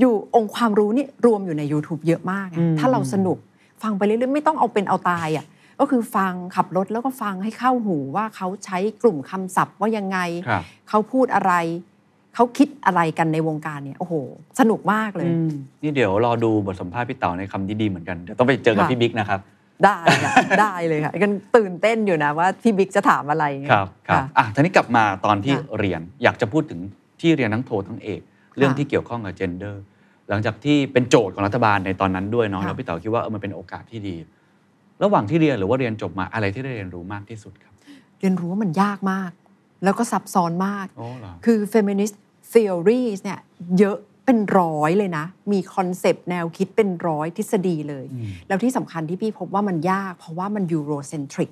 อยู่องค์ความรู้นี่รวมอยู่ใน YouTube เยอะมากอะ
อืม
ถ้าเราสนุกฟังไปเรื่อยๆ ไม่ต้องเอาเป็นเอาตายอ่ะก็คือฟังขับรถแล้วก็ฟังให้เข้าหูว่าเขาใช้กลุ่มคำศัพท์ว่ายังไง
ครับ
เขาพูดอะไร เขาคิดอะไรกันในวงการเนี่ย โอ้โห สนุกมากเลย
นี่เดี๋ยวรอดูบทสัมภาษณ์พี่เต๋อในคำดีๆเหมือนกันเดี๋ยวต้องไปเจอกับ
ค่ะ
พี่บิ๊กนะครับ
ได้ค่ะ ได้เลยค่ะ กันตื่นเต้นอยู่นะว่าพี่บิ๊กจะถามอะไรเนี่ย
ครับครับ
ค่ะ
อ่ะทีนี้กลับมาตอนที่
ค่ะ
เรียนอยากจะพูดถึงที่เรียนทั้งโททั้งเอก เรื่องที่เกี่ยวข้องกับ gender หลังจากที่เป็นโจทย์ของรัฐบาลในตอนนั้นด้วยเนาะ
ค่ะ
แล้วพี่เต๋อคิดว่าเออมันเป็นโอกาสที่ดี ระหว่างที่เรียนหรือว่าเรียนจบมาอะไรที่ได้เรียนรู้มากที่สุดครับ
เรียนรู้ว่ามันยากมาก แล้วก็ซับซ้อนมาก
โอ้เหรอ
คือ feminist theories เนี่ยเยอะเป็นร้อยเลยนะ มีคอนเซปต์แนวคิดเป็นร้อยทฤษฎีเลย
อืม
แล้วที่สำคัญที่พี่พบว่ามันยาก เพราะว่ามัน Eurocentric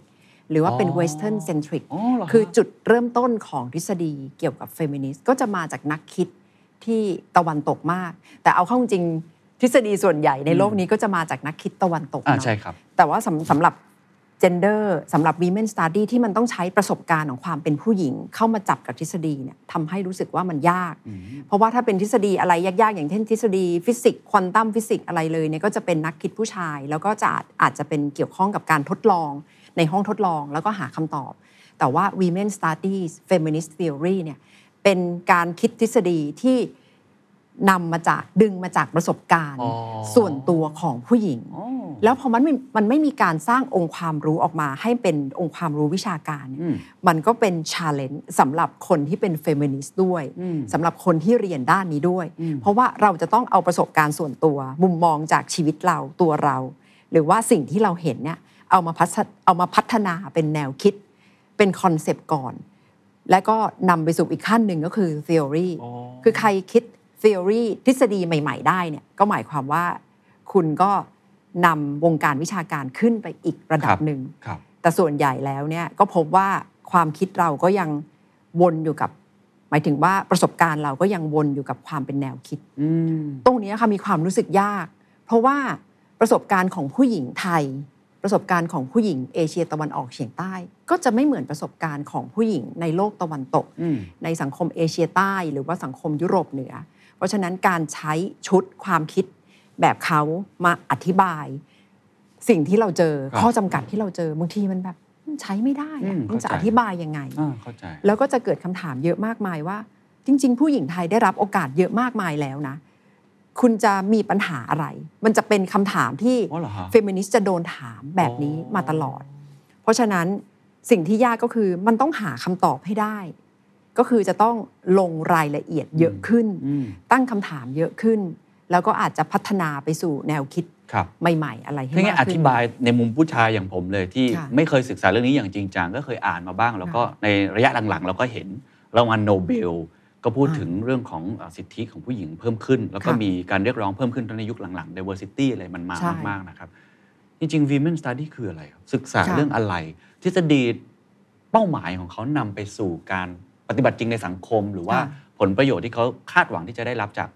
หรือว่าเป็น
อ๋อ
Western centric
อ๋อเหรอฮะ
คือจุดเริ่มต้นของทฤษฎีเกี่ยวกับเฟมินิสต์ก็จะมาจากนักคิดที่ตะวันตกมาก แต่เอาเข้าจริงทฤษฎีส่วนใหญ่ในโลกนี้ก็จะมาจากนักคิดตะวันตก
อ่า
เนาะ
ใช่ครับ
แต่ว่าสำสำหรับ gender สำหรับ women study ที่มันต้องใช้ประสบการณ์ของความเป็นผู้หญิง เข้ามาจับกับทฤษฎีเนี่ยทำให้รู้สึกว่ามันยาก เพราะว่าถ้าเป็นทฤษฎีอะไรยากๆ อย่างเช่นทฤษฎีฟิสิกส์ควอนตัมฟิสิกส์อะไรเลยเนี่ยก็จะเป็นนักคิดผู้ชาย แล้วก็จะอาจอาจจะเป็นเกี่ยวข้องกับการทดลอง ในห้องทดลองแล้วก็หาคำตอบ แต่ว่า women studies feminist theory เนี่ยเป็นการคิดทฤษฎีที่นำมาจากดึงมาจากประสบการณ์
อ๋อ
ส่วนตัวของผู้หญิง
อ๋อ
แล้วพอมันไม่มันไม่มีการสร้างองค์ความรู้ออกมาให้เป็นองค์ความรู้วิชาการเนี่ย
อืม
มันก็เป็นชาเลนจ์สำหรับคนที่เป็นเฟมินิสต์ด้วย
อืม
สำหรับคนที่เรียนด้านนี้ด้วย เพราะว่าเราจะต้องเอาประสบการณ์ส่วนตัว มุมมองจากชีวิตเราตัวเรา หรือว่าสิ่งที่เราเห็นเนี่ยเอามาพัฒเอามาพัฒนาเป็นแนวคิด เป็นคอนเซปต์ก่อน และก็นำไปสู่อีกขั้นหนึ่งก็คือ theory
อ๋อ
คือใครคิด theory ทฤษฎีใหม่ ๆ ได้เนี่ยก็หมายความว่าคุณก็นำวงการวิชาการขึ้นไปอีกระดับหนึ่ง
ครับ
แต่ส่วนใหญ่แล้วเนี่ยก็พบว่าความคิดเราก็ยังวนอยู่กับ หมายถึงว่าประสบการณ์เราก็ยังวนอยู่กับความเป็นแนวคิด
อืม
ตรงเนี้ยค่ะมีความรู้สึกยาก เพราะว่าประสบการณ์ของผู้หญิงไทย ประสบการณ์ของผู้หญิงเอเชียตะวันออกเฉียงใต้ ก็จะไม่เหมือนประสบการณ์ของผู้หญิงในโลกตะวันตก
อืม
ในสังคมเอเชียใต้ หรือว่าสังคมยุโรปเหนือ เพราะฉะนั้นการใช้ชุดความคิดแบบเขามาอธิบาย สิ่งที่เราเจอ
ครับ
ข้อจำกัดที่เราเจอบางทีมันแบบมันใช้ไม่ได้อะมันจะอธิบายยังไง
อ่าเข้าใจ
แล้วก็จะเกิดคำถามเยอะมากมายว่า จริง ๆ ผู้หญิงไทยได้รับโอกาสเยอะมากมายแล้วนะ คุณจะมีปัญหาอะไร มันจะเป็นคำถามที่
อ๋อเหรอฮะ
เฟมินิสต์จะโดนถามแบบนี้
อ๋อ
มาตลอด เพราะฉะนั้นสิ่งที่ยากก็คือมันต้องหาคำตอบให้ได้ ก็คือจะต้องลงรายละเอียดเยอะขึ้น
อืม
ตั้งคำถามเยอะขึ้น แล้วก็อาจจะพัฒนาไปสู่แนวคิด
ครับ
ใหม่ ๆ อะไรให้
ถ้างั้
มาน ก
อ
ขึ้
ธิ
น
บายในมุมผู้ชายอย่างผมเลยที่
ค่ะ
ไม่เคยศึกษาเรื่องนี้อย่างจริงจังก็เคยอ่านมาบ้าง แล้วก็ในระยะหลังๆ เราก็เห็นรางวัลโนเบล ก็พูด
อ่า
ถึงเรื่องของเอ่อสิทธิของผู้หญิงเพิ่มขึ้น แล้วก็
ค่ะ
มีการเรียกร้องเพิ่มขึ้นทั้งในยุคหลังๆ diversity อะไรมันมา
ใช่
มากๆนะครับ จริงๆ women study คืออะไรครับศึกษา
ค่ะ
เรื่องอะไร ทฤษฎีเป้าหมายของเขานำไปสู่การปฏิบัติจริงในสังคม หรือว่าผลประโยชน์ที่เขาคาดหวังที่จะได้รับจาก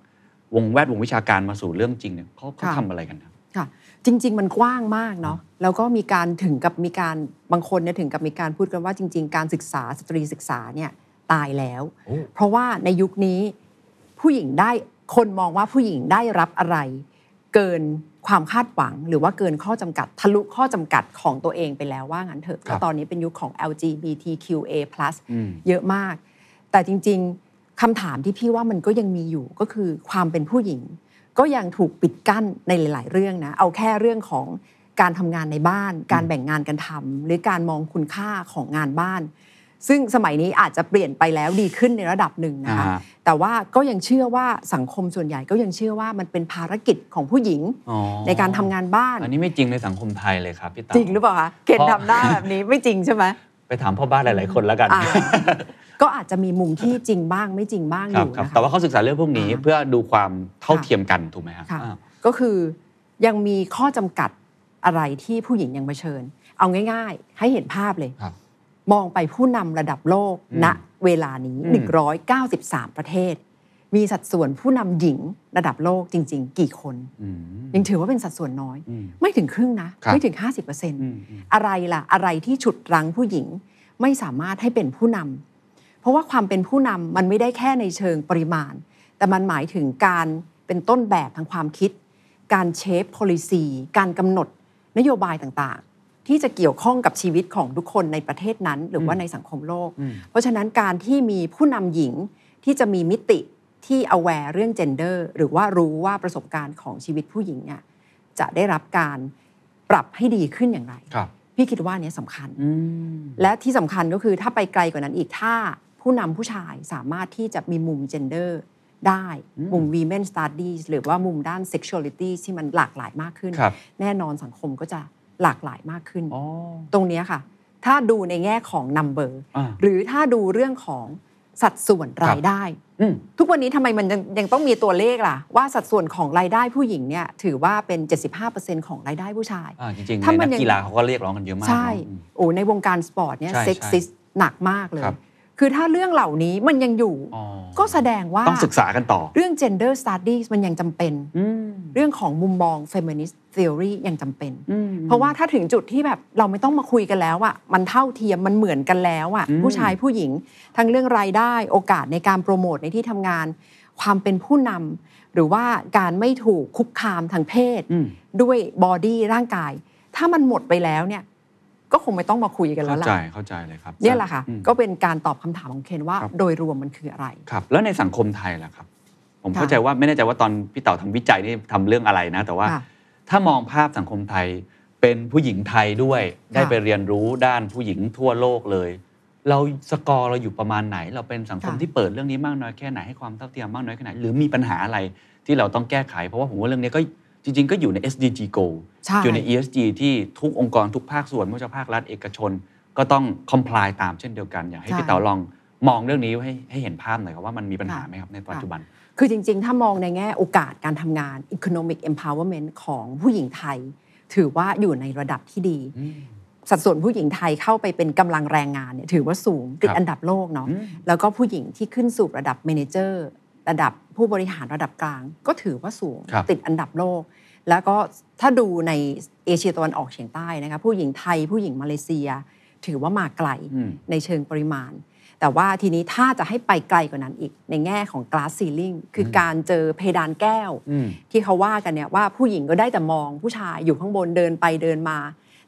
วงแวดวงวิชาการมาสู่เรื่องจริงเนี่ยเขาเขาทำอะไรกันครับ
ค่ะจริง ๆ มันกว้างมากเนาะแล้วก็มีการถึงกับมีการบางคนเนี่ยถึงกับมีการพูดกันว่าจริง ๆ การศึกษาสตรีศึกษาเนี่ยตายแล้ว
โอ้
เพราะว่าในยุคนี้ผู้หญิงได้คนมองว่าผู้หญิงได้รับอะไร เกินความคาดหวัง หรือว่าเกินข้อจำกัดทะลุข้อจำกัดของตัวเองไปแล้วว่างั้นเถอะแล้วตอนนี้เป็นยุคของ LGBTQA+
อืม
เยอะมาก แต่จริงๆคำถามที่พี่ว่ามันก็ยังมีอยู่ก็คือความเป็นผู้หญิง ก็ยังถูกปิดกั้นในหลาย ๆ เรื่องนะ เอาแค่เรื่องของการทำงานในบ้าน การแบ่งงานกันทำหรือการมองคุณค่าของงานบ้าน ซึ่งสมัยนี้อาจจะเปลี่ยนไปแล้วดีขึ้นในระดับหนึ่งนะคะ
อ่าฮะ
แต่ว่าก็ยังเชื่อว่าสังคมส่วนใหญ่ก็ยังเชื่อว่ามันเป็นภารกิจของผู้หญิง
อ๋อ
ในการทำงานบ้าน
อันนี้ไม่จริงในสังคมไทยเลยครับพี่ตา
จริงหรือเปล่าคะเกณฑ์
เพราะ
ทำหน้าแบบนี้ไม่จริงใช่ไหม
ไปถามพ่อบ้านหลาย ๆ คนแล้วกัน
อ่า ก็อาจจะมีมุมที่จริงบ้างไม่จริงบ้างอ
ครับ
ยู่
ครับ
นะคะ
แต่ว่าเขาศึกษาเรื่องพวกนี้
อ่า
เพื่อดูความเท่า
ค่ะ
เทียมกันถูกไหมฮะ
ค่ะ
อ่า
ก็คือยังมีข้อจำกัดอะไรที่ผู้หญิงยังเผชิญ เอาง่าย ๆ ให้เห็นภาพเลย
ครับ
มองไปผู้นำระดับโลก
อืม
ณเวลานี้
อืม
193 ประเทศ มีสัดส่วนผู้นำหญิงระดับโลกจริง ๆ กี่คน
อืม
ยังถือว่าเป็นสัดส่วนน้อย
อืม
ไม่ถึงครึ่งนะ
ครับ
ไม่ถึง 50%อ
อืมอืม
อะไรล่ะ อะไรที่ฉุดรั้งผู้หญิงไม่สามารถให้เป็นผู้นำเพราะว่าความเป็นผู้นำมันไม่ได้แค่ในเชิงปริมาณ แต่มันหมายถึงการเป็นต้นแบบทางความคิด การเชฟ policy การกำหนดนโยบายต่างๆ ที่จะเกี่ยวข้องกับชีวิตของทุกคนในประเทศนั้น หรือว่า
อืม
ในสังคมโลก
อืม
เพราะฉะนั้นการที่มีผู้นำหญิงที่จะมีมิติที่ aware เรื่อง gender หรือว่ารู้ว่าประสบการณ์ของชีวิตผู้หญิงเนี่ยจะได้รับการปรับให้ดีขึ้นอย่างไร
ครับ
พี่คิดว่าอันเนี้ยสำคัญ
อืม
และที่สำคัญก็คือถ้าไปไกลกว่านั้นอีกถ้าผู้นำผู้ชายสามารถที่จะมีมุม gender ได้
อืม
มุม women studies หรือว่ามุมด้าน sexuality ที่มันหลากหลายมากขึ้น
ครับ
แน่นอนสังคมก็จะหลากหลายมากขึ้น
อ๋อ
ตรงเนี้ยค่ะ ถ้าดูในแง่ของ number
อ่า
หรือถ้าดูเรื่องของสัดส่วนรายได้
อืม
ทุกวันนี้ทำไมมันยังยังต้องมีตัวเลขล่ะ ว่าสัดส่วนของรายได้ผู้หญิงเนี่ยถือว่าเป็น 75%ของรายได้ผู้ชาย
อ่าจริงๆใน
ถ้ามั
นั
น
ก
ยัง
กีฬาเขาก็เรียกร้องกันเยอะมาก
ใช่
เนอะอืม
โอ้ในวงการสปอร์ตเนี่ย
ใช่ใช่
เซ็กซิสหนักมากเลย
ครับ
คือถ้าเรื่องเหล่านี้มันยังอยู่
อ๋อ
ก็แสดงว่า
ต้องศึกษากันต่อ
เรื่อง gender studies มันยังจำเป็น
อืม
เรื่องของมุมมอง feminist theory ยังจำเป็น
อืม
เพราะว่าถ้าถึงจุดที่แบบเราไม่ต้องมาคุยกันแล้วอะ่ะมันเท่าเทียมมันเหมือนกันแล้วอะ่ะ
อืม
ผู้ชายผู้หญิง ทั้งเรื่องรายได้โอกาสในการโปรโมทในที่ทำงาน ความเป็นผู้นำหรือว่าการไม่ถูกคุกคามทางเพศ
อืม
ด้วยบอดี้ร่างกาย ถ้ามันหมดไปแล้วเนี่ยก็คงไม่ต้องมาคุยกันแล้
เข้าว ใจ
ล่ะ
เข้าใจเลยครับ
เนี่ยแหละค่ะ
อืม
ก็เป็นการตอบคำถามของเคนว่า
ครับ
โดยรวมมันคืออะไร
ครับแล้วในสังคมไทยล่ะครับ ผม
ค่ะ
เข้าใจว่าไม่แน่ใจว่าตอนพี่เต่าทำวิจัยนี่ทำเรื่องอะไรนะ แต่ว่า
ค่ะ
ถ้ามองภาพสังคมไทยเป็นผู้หญิงไทยด้วย ได้ไปเรียนรู้ด้านผู้หญิงทั่วโลกเลย เราสกอร์เราอยู่ประมาณไหน เราเป็นสังคม
ค่ะ
ที่เปิดเรื่องนี้มากน้อยแค่ไหนให้ความเท่าเทียมมากน้อยแค่ไหน หรือมีปัญหาอะไรที่เราต้องแก้ไข เพราะว่าผมว่าเรื่องนี้ก็จริง ๆ ก็อยู่ใน SDG Go
ใช่
อยู่ใน ESG ที่ทุกองค์กรทุกภาคส่วนไม่ว่าจะภาครัฐเอกชน ก็ต้อง comply ตามเช่นเดียวกันอยากให้พี่เต๋าลองมองเรื่องนี้ให้ให้เห็นภาพหน่อยครับว่ามันมีปัญหาไหมครับในปัจจุบัน
คือจริง ๆ ถ้ามองในแง่โอกาสการทำงาน economic empowerment ของผู้หญิงไทย ถือว่าอยู่ในระดับที่ดี สัดส่วนผู้หญิงไทยเข้าไปเป็นกำลังแรงงานเนี่ยถือว่าสูงติด
ครับ
อันดับโลกเนาะ
อืม
แล้วก็ผู้หญิงที่ขึ้นสู่ระดับเมเนเจอร์ระดับผู้บริหารระดับกลาง ก็ถือว่าสูง
ครับ
ติดอันดับโลก แล้วก็ถ้าดูในเอเชียตะวันออกเฉียงใต้นะคะผู้หญิงไทยผู้หญิงมาเลเซีย ถือว่ามาไกล
อืม
ในเชิงปริมาณ แต่ว่าทีนี้ถ้าจะให้ไปไกลกว่านั้นอีกในแง่ของ glass ceiling คืออการเจอเพดานแก้ว
อืม
ที่เขาว่ากันเนี่ยว่าผู้หญิงก็ได้แต่มองผู้ชายอยู่ข้างบนเดินไปเดินมา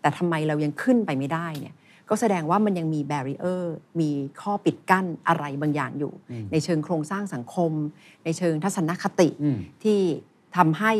แต่ทำไมเรายังขึ้นไปไม่ได้เนี่ย ก็แสดงว่ามันยังมีแบร r เออร์มีข้อปิดกั้นอะไรบางอย่างอยู่
อืม
ในเชิงโครงสร้างสังคม ในเชิงทัศนคติ
อืม
ที่ทำให้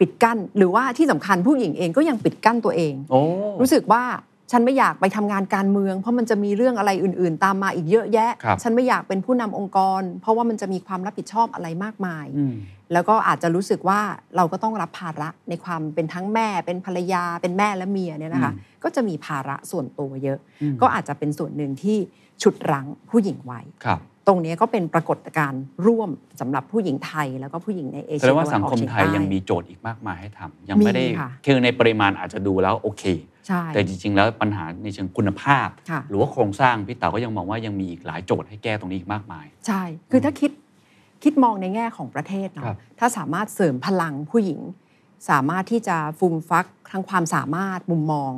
ปิดกั้น หรือว่าที่สำคัญผู้หญิงเองก็ยังปิดกั้นตัวเอง
โอ้
รู้สึกว่าฉันไม่อยากไปทำงานการเมือง เพราะมันจะมีเรื่องอะไรอื่น ๆ ตามมาอีกเยอะแยะ
ครับ
ฉันไม่อยากเป็นผู้นำองค์กร เพราะว่ามันจะมีความรับผิดชอบอะไรมากมาย
อืม
แล้วก็อาจจะรู้สึกว่าเราก็ต้องรับภาระในความเป็นทั้งแม่ เป็นภรรยา เป็นแม่และเมียเนี่ยนะคะ
อืม
ก็จะมีภาระส่วนตัวเยอะ
อืม
ก็อาจจะเป็นส่วนหนึ่งที่ฉุดรั้งผู้หญิงไว้
ครับ
ตรงนี้ก็เป็นปรากฏการณ์ร่วมสำหรับผู้หญิงไทย แล้วก็ผู้หญิงในเอ
แส
เชีย
ดงว่า
ตะน
สัง
ออก
คม
เฉีง
ไท
ใต้
ยยังมีโจทย์อีกมากมายให้ทำยัง
มี
ไม่ได้
ค่ะ
คือในปริมาณอาจจะดูแล้วโอเค
ใช่
แต่จริงๆ แล้วปัญหาในเชิงคุณภาพ
ค่ะ
หรือว่าโครงสร้างพี่เต๋าก็ยังมองว่ายังมีอีกหลายโจทย์ให้แก้ตรงนี้อีกมากมาย
ใช่ คืออ
ม
ถ้าคิดคิดมองในแง่ของประเทศ
ครั
เนาะ
บ
ถ้าสามารถเสริมพลังผู้หญิง สามารถที่จะฟูมฟักทั้งความสามารถมุมมอง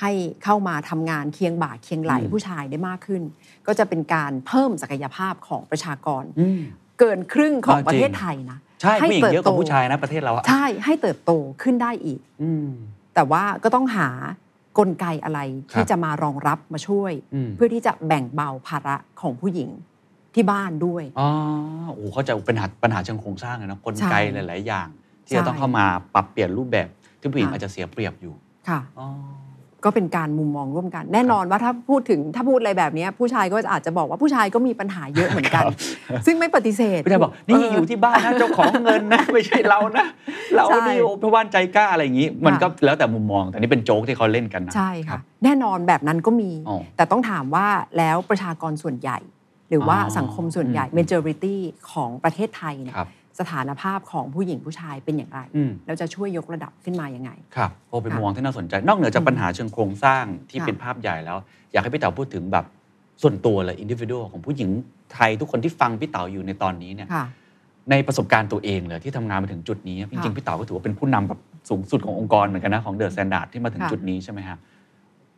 ให้เข้ามาทำงานเคียงบ่าเคียงไหลผู้ชายได้มากขึ้น ก็จะเป็นการเพิ่มศักยภาพของประชากร เกินครึ่งของประเทศไทยนะ
ใช่
ให้
ผู้หญิงเยอะก
เติบ
ว่า
โต
ผู้ชายนะประเทศเราอะ
ใช่ให้เติบโตขึ้นได้อีก
อืม
แต่ว่าก็ต้องหากลไกอะไรที่
ครับ
จะมารองรับมาช่วย
อืม
เพื่อที่จะแบ่งเบาภาระของผู้หญิงที่บ้านด้วย
อ๋อโอ้โหเข้าใจปัญหาปัญหาเชิงโครงสร้างเลยนะกลไก
ใช่
หลาย ๆ อย่าง ที่
ใช่
จะต้องเข้ามาปรับเปลี่ยนรูปแบบที่ผู้หญิง
ค่ะ
อาจจะเสียเปรียบอยู่
ค่ะ
อ๋อ
ก็เป็นการมุมมองร่วมกัน แน่นอนว่าถ้าพูดถึงถ้าพูดอะไรแบบเนี้ยผู้ชายก็อาจจะบอกว่าผู้ชายก็มีปัญหาเยอะเหมือนกัน
ครับ
ซึ่งไม่ปฏิเสธ
พี่ชายบอกนี่อยู่ที่บ้านนะเจ้าของเงินนะ ไม่ใช่เรานะ เรานี่โอ้พระว่านใจกล้าอะไรอย่างนี้ มันก็แล้วแต่มุมมอง แต่นี่เป็นโจ๊กที่เขาเล่นกันนะ
ใช่ค่ะ
รับ
แน่นอนแบบนั้นก็มี
อ๋อ
แต่ต้องถามว่าแล้วประชากรส่วนใหญ่ หรือว่า
อ๋อ
สังคมส่วนใหญ่
อืม
majority ของประเทศไทยเนี่ย
ครับ
สถานภาพของผู้หญิงผู้ชายเป็นอย่างไร
อืม
แล้วจะช่วยยกระดับขึ้นมายังไง
ครับโอ้เป็น
ค่ะ
มุมมองที่น่าสนใจ นอกเหนือจากปัญหาเชิงโครงสร้างที่
ค่ะ
เป็นภาพใหญ่แล้ว อยากให้พี่เต๋าพูดถึงแบบส่วนตัวเลยอินดิวิ u a l ของผู้หญิงไทยทุกคนที่ฟังพี่เต๋าอยู่ในตอนนี้เนี่ย
ค่ะ
ในประสบการณ์ตัวเองเลยที่ทำงานมาถึงจุดนี้ จริง
ค่ะ
ๆ พี่เต๋าก็ถือว่าเป็นผู้นำแบบสูงสุดขององค์กรเหมือนกันนะของเดอะแซนด์ดที่มาถึง
ค่ะ
จุดนี้ใช่ไหมฮะ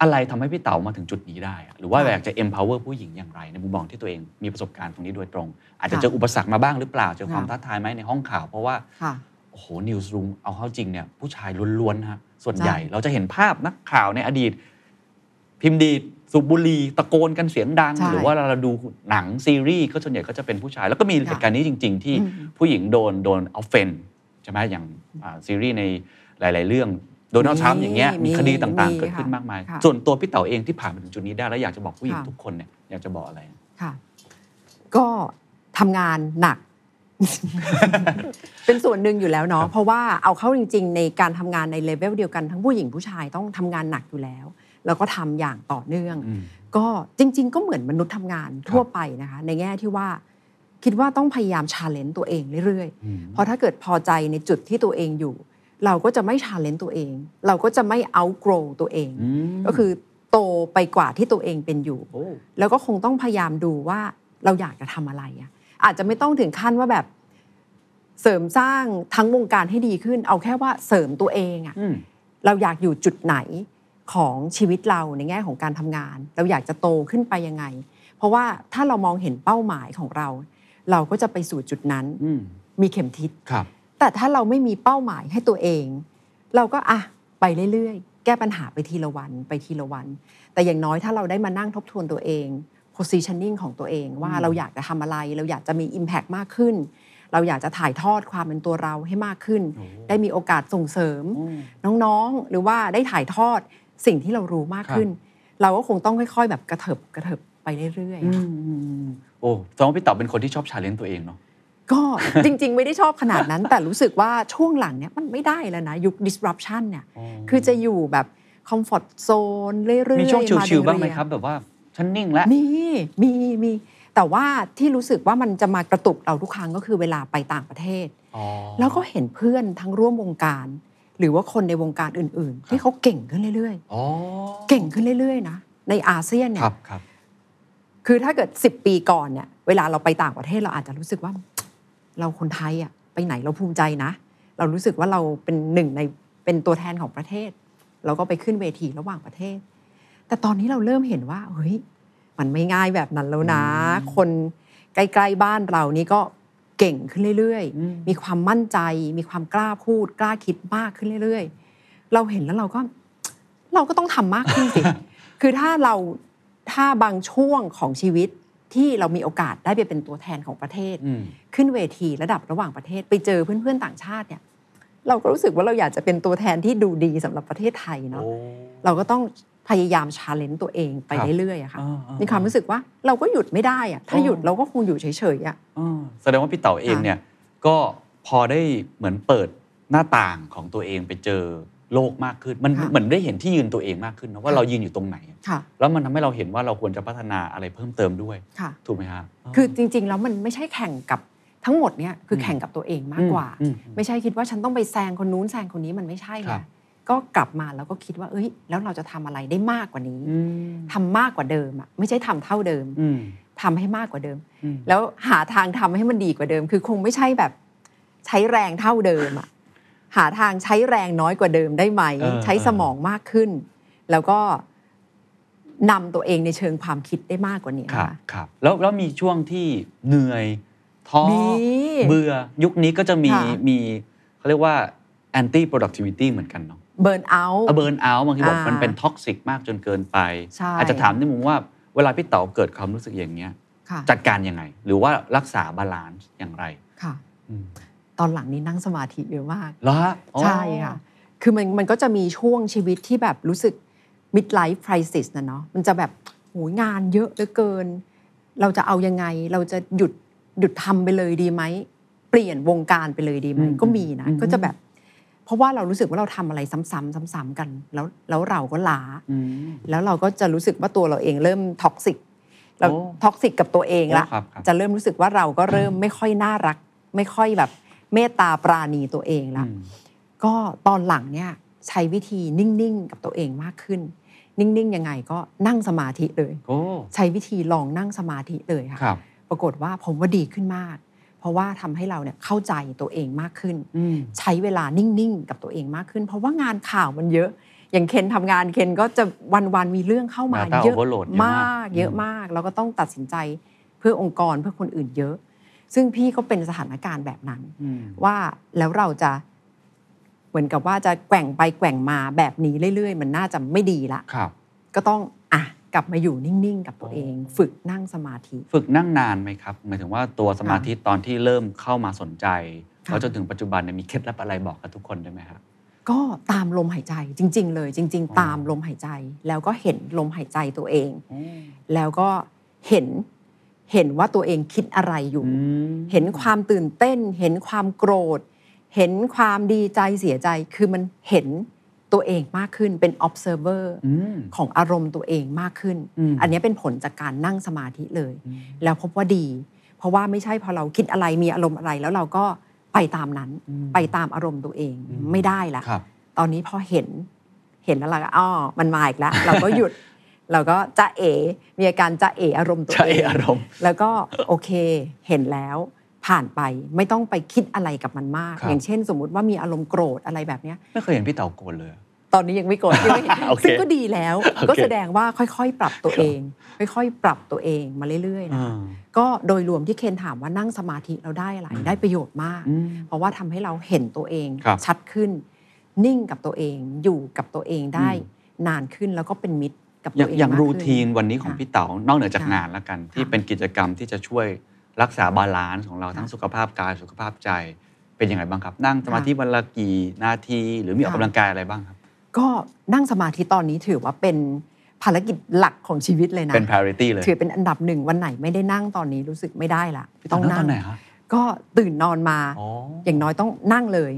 อะไรทำให้พี่เต๋ามาถึงจุดนี้ได้อะหรือว่าอยากจะ empower ผู้หญิงอย่างไรในมุมมองที่ตัวเองมีประสบการณ์ตรงนี้โดยตรง อาจจะเจออุปสรรคมาบ้างหรือเปล่าเจอความท้าทายไหมในห้องข่าวเพราะว่า
ค่ะ
โอ้โหนิวส์รูมเอาเข้าจริงเนี่ยผู้ชายล้วนๆฮะส่วน
ใช่
ใหญ่เราจะเห็นภาพนักข่าวในอดีต พิมพ์ดีดสูบบุหรี่ตะโกนกันเสียงดัง
ใช่
หรือว่าเราดูหนังซีรีส์ก็ส่วนใหญ่ก็จะเป็นผู้ชาย แล้วก็มีเหตุการณ์นี้จริง ๆ ที่
อืม
ผู้หญิงโดนโดนเอาเฟนใช่ไหมอย่างอ่าซีรีส์ในหลาย ๆ เรื่องโดนัลด์ทรัมป์อย่างเงี้ย
มี
มีคดีต่าง
มี
ๆ เกิดขึ้น
ค่ะ
มากมาย
ค่ะ
ส่วนตัวพี่เต๋าเองที่ผ่านมาถึงจุดนี้ได้แล้วอยากจะบอกผู้หญิง
ค่ะ
ทุกคนเนี่ยอยากจะบอกอะไร
ค่ะ ก็ทำงานหนัก เป็นส่วนหนึ่งอยู่แล้วเนาะเพราะว่าเอาเข้าจริง ๆ ในการทำงานในเลเวลเดียวกันทั้งผู้หญิงผู้ชายต้องทำงานหนักอยู่แล้ว แล้วก็ทำอย่างต่อเนื่อง
อืม
ก็จริง ๆ ก็เหมือนมนุษย์ทำงานทั่วไปนะคะ ในแง่ที่ว่า คิดว่าต้องพยายามชาเลนจ์ตัวเองเรื่อย ๆ
อืม
เพราะถ้าเกิดพอใจในจุดที่ตัวเองอยู่ เราก็จะไม่ชาเลนจ์ตัวเอง เราก็จะไม่ outgrow ตัวเอง
อืม
ก็คือโตไปกว่าที่ตัวเองเป็นอยู่
โอ้
แล้วก็คงต้องพยายามดูว่าเราอยากจะทำอะไรอะอาจจะไม่ต้องถึงขั้นว่าแบบเสริมสร้างทั้งวงการให้ดีขึ้น เอาแค่ว่าเสริมตัวเองอะ
อืม
เราอยากอยู่จุดไหนของชีวิตเราในแง่ของการทำงาน เราอยากจะโตขึ้นไปยังไง เพราะว่าถ้าเรามองเห็นเป้าหมายของเรา เราก็จะไปสู่จุดนั้น
อืม
มีเข็มทิศ
ครับ
แต่ถ้าเราไม่มีเป้าหมายให้ตัวเอง เราก็อ่ะไปเรื่อยๆ แก้ปัญหาไปทีละวันไปทีละวัน แต่อย่างน้อยถ้าเราได้มานั่งทบทวนตัวเอง positioning ของตัวเอง ว่า
อืม
เราอยากจะทำอะไร เราอยากจะมี impact มากขึ้น เราอยากจะถ่ายทอดความเป็นตัวเราให้มากขึ้น
โอ้
ได้มีโอกาสส่งเสริม
โอ้
น้องๆ หรือว่าได้ถ่ายทอดสิ่งที่เรารู้มากขึ้น เราก็คงต้องค่อยๆ แบบกระเถิบกระเถิบไปเรื่อยๆอะ
อื
ค่ะ
มอืมอืมโอ้แสดงว่าพี่เต๋อเป็นคนที่ชอบชาเลนจ์ตัวเองเนาะ
ก็ จริง ๆ ไม่ได้ชอบขนาดนั้น แต่รู้สึกว่าช่วงหลังเนี่ยมันไม่ได้แล้วนะ ยุค disruption เนี่ย คือจะอยู่แบบ comfort zone เรื่อยๆ
มีช่วง
า
ชิวๆบ้างไหม
เอยๆ
ครับ แบบว่าฉันนิ่งแล้ว
มีมีมีแต่ว่าที่รู้สึกว่ามันจะมากระตุกเราทุกครั้งก็คือเวลาไปต่างประเทศ แล้วก็เห็นเพื่อนทั้งร่วมวงการ หรือว่าคนในวงการอื่นๆ
ครับ
ที่เขาเก่งขึ้นเรื่อย ๆ เก่งขึ้นเรื่อย ๆ นะ ในอาเซียนเนี่
ครั
ย
บครับ
คือถ้าเกิด 10 ปีก่อนเนี่ยเวลาเราไปต่างประเทศเราอาจจะรู้สึกว่า เราคนไทยอะไปไหนเราภูมิใจนะ เรารู้สึกว่าเราเป็นหนึ่งในเป็นตัวแทนของประเทศ เราก็ไปขึ้นเวทีระหว่างประเทศ แต่ตอนนี้เราเริ่มเห็นว่าเฮ้ยมันไม่ง่ายแบบนั้นแล้วนะ คนใกล้ๆบ้านเรานี่ก็เก่งขึ้นเรื่อยๆ มีความมั่นใจ มีความกล้าพูด กล้าคิดมากขึ้นเรื่อยๆ เราเห็นแล้วเราก็ เราก็ต้องทำมากขึ้นสิ คือถ้าเราถ้าบางช่วงของชีวิตที่เรามีโอกาสได้ไปเป็นตัวแทนของประเทศ
อืม
ขึ้นเวทีระดับระหว่างประเทศไปเจอเพื่อนๆต่างชาติเนี่ยเราก็รู้สึกว่าเราอยากจะเป็นตัวแทนที่ดูดีสำหรับประเทศไทยเนาะเราก็ต้องพยายามชาเลนจ์ตัวเองไป
ครับ
เรื่อยๆอะค่ะ
อ่อ่
มีความรู้สึกว่าเราก็หยุดไม่ได้อะถ้า
อ๋อ
หยุดเราก็คงอยู่เฉยๆอะ
อ่าแสดงว่าพี่เต๋าเอง
ค่ะ
เนี่ยก็พอได้เหมือนเปิดหน้าต่างของตัวเองไปเจอโลกมากขึ้น มันเหมือนได้เห็นที่ยืนตัวเองมากขึ้นนะว่าเรายืนอยู่ตรงไหน
ค่ะ
แล้วมันทำให้เราเห็นว่าเราควรจะพัฒนาอะไรเพิ่มเติมด้วย
ค่ะ
ถูกไหมฮะ
คือจริงๆแล้วมันไม่ใช่แข่งกับทั้งหมดเนี่ยคือแข่งกับตัวเองมากกว่า
อืม
ไม่ใช่คิดว่าฉันต้องไปแซงคนนู้นแซงคนนี้มันไม่ใช่
ครั
นะ
บ
ก็กลับมาแล้วก็คิดว่า เอ้ย แล้วเราจะทำอะไรได้มากกว่านี้
อืม
ทำมากกว่าเดิมอะไม่ใช่ทำเท่าเดิม
อืม
ทำให้มากกว่าเดิม
อืม
แล้วหาทางทำให้มันดีกว่าเดิม คือคงไม่ใช่แบบ ใช้แรงเท่าเดิมอะหาทางใช้แรงน้อยกว่าเดิมได้ไหม
เออ
ใช้สมองมากขึ้น แล้วก็นำตัวเองในเชิงความคิดได้มากกว่านี้
ครับ
ค่ะ
ครับแล้วแล้วมีช่วงที่เหนื่อยท้อ
มี
เบื่อยุคนี้ก็จะมี
ค่ะ
มีเขาเรียกว่า anti productivity เหมือนกันเนาะ
เบิร์นเอา
เบิร์นเอาบางทีบอก
อ่ามั
มันเป็นท็อกซิกมากจนเกินไป
ใช่
อาจจะถามในมุมว่าเวลาพี่เต๋าเกิดความรู้สึกอย่างเงี้ย
ค่ะ
จัดการยังไง หรือว่ารักษาบาลานซ์อย่างไร
ค่ะ
อืม
ตอนหลังนี้นั่งสมาธิเยอะมาก
เหรอฮะอ๋อ
ใช่ค่ะ คือมันมันก็จะมีช่วงชีวิตที่แบบรู้สึก midlife crisis นะเนาะ มันจะแบบโหยงานเยอะเหลือเกิน เราจะเอายังไง เราจะหยุดหยุดทำไปเลยดีไหม เปลี่ยนวงการไปเลยดีไหม
อืม
ก็มีนะ
อืม
ก็จะแบบ เพราะว่าเรารู้สึกว่าเราทำอะไรซ้ำๆซ้ำๆกัน แล้วแล้วเราก็ล้า
อืม
แล้วเราก็จะรู้สึกว่าตัวเราเองเริ่มท็อกซิก เรา
โอ้
ท็อกซิกกับตัวเองละ
โอ้ครับครับ
จะเริ่มรู้สึกว่าเราก็เริ่มไม่ค่อยน่ารัก ไม่ค่อยแบบเมตตาปราณีตัวเองละ
อืม
ก็ตอนหลังเนี่ยใช้วิธีนิ่งๆ กับตัวเองมากขึ้น นิ่งๆ ยังไงก็นั่งสมาธิเลย
โอ้
ใช้วิธีลองนั่งสมาธิเลยค่ะ
ครับ
ปรากฏว่าผมว่าดีขึ้นมาก เพราะว่าทำให้เราเนี่ยเข้าใจตัวเองมากขึ้น
อืม
ใช้เวลานิ่งๆ กับตัวเองมากขึ้น เพราะว่างานข่าวมันเยอะ อย่างเคนทำงานเคนก็จะวันๆมีเรื่องเข้ามา
Data
เยอะ
overload เยอะ
ม
มาก
าก เยอะมาก แล้วก็ต้องตัดสินใจเพื่อองค์กรเพื่อคนอื่นเยอะ ซึ่งพี่ก็เป็นสถานการณ์แบบนั้น
อืม
ว่าแล้วเราจะเหมือนกับว่าจะแกว่งไปแกว่งมาแบบนี้เรื่อยๆ มันน่าจะไม่ดีละ
ครับ
ก็ต้องอ่ะกลับมาอยู่นิ่งๆ กับตัวเอง
อ๋อ
ฝึกนั่งสมาธิ
ฝึกนั่งนานไหมครับ หมายถึงว่าตัวสมาธิตอนที่เริ่มเข้ามาสนใจ
ค่ะ
แล้วจนถึงปัจจุบันเนี่ยมีเคล็ดลับอะไรบอกกับทุกคนได้ไหมครับ
ก็ตามลมหายใจจริง ๆ เลย จริง
อ๋อ
ๆ ตามลมหายใจ แล้วก็เห็นลมหายใจตัวเอง แล้วก็เห็นเห็นว่าตัวเองคิดอะไรอยู่ เห็นความตื่นเต้น เห็นความโกรธ เห็นความดีใจเสียใจคือมันเห็นตัวเองมากขึ้นเป็น observer
อืม
ของอารมณ์ตัวเองมากขึ้น
อืม
อันเนี้ยเป็นผลจากการนั่งสมาธิเลย แล้วพบว่าดี เพราะว่าไม่ใช่พอเราคิดอะไรมีอารมณ์อะไรแล้วเราก็ไปตามนั้น
อืม
ไปตามอารมณ์ตัวเอง
อืม
ไม่ได้ละ
ครับ
ตอนนี้พอเห็นเห็นแล้วเราก็อ้อมันมาอีกแล้วเราก็หยุด เราก็จะเอ มีอาการจะเออารมณ์ตัว
ใช่
เอง
อารมณ์
แล้วก็โอเค เห็นแล้วผ่านไปไม่ต้องไปคิดอะไรกับมันมาก
ครับ
อย่างเช่น สมมติว่ามีอารมณ์โกรธอะไรแบบเนี้ย
ไม่เคยเห็นพี่เต๋าโกรธเลย
ตอนนี้ยังไม่โกรธใช่ไหม
โอเค
ซึ่งก็ดีแล้ว
โอเค
ก็แสดงว่าค่อยๆ ปรับตัวเอง ค่อยๆ ปรับตัวเองมาเรื่อยๆนะ
อ่า
ก็โดยรวมที่เคนถามว่านั่งสมาธิเราได้อะไร ได้ประโยชน์มาก
อืม
เพราะว่าทำให้เราเห็นตัวเอง
ครับ
ชัดขึ้น นิ่งกับตัวเอง อยู่กับตัวเองได้
อืม
นานขึ้นแล้วก็เป็นมิตรกับ
อ
ตั
ย่าว ง
เอง
อย่าง
มก
รู
ขึ้น
ทีนวันนี้ของ
ค่ะ
พี่เต๋านอกเหนือจาก
ค่ะ
งานแล้วกัน ที่
ค่ะ
เป็นกิจกรรมที่จะช่วยรักษาบาลานซ์ของเราทั้ง
ค่ะ
สุขภาพกายสุขภาพใจ เป็นยังไงบ้างครับ นั่งสมาธิวันละกี่นาที หรือมีออก
ค่ะ
กำลังกายอะไรบ้างครับ
ก็นั่งสมาธิตอนนี้ถือว่าเป็นภารกิจหลักของชีวิตเลยนะ
เป็น priority เลย
ถือเป็นอันดับหนึ่งวันไหนไม่ได้นั่งตอนนี้รู้สึกไม่ได้ละ
พี่เต๋านั่งตอนไหนฮะ
ก็ตื่นนอนมา
อ๋อ
อย่างน้อยต้องนั่งเลย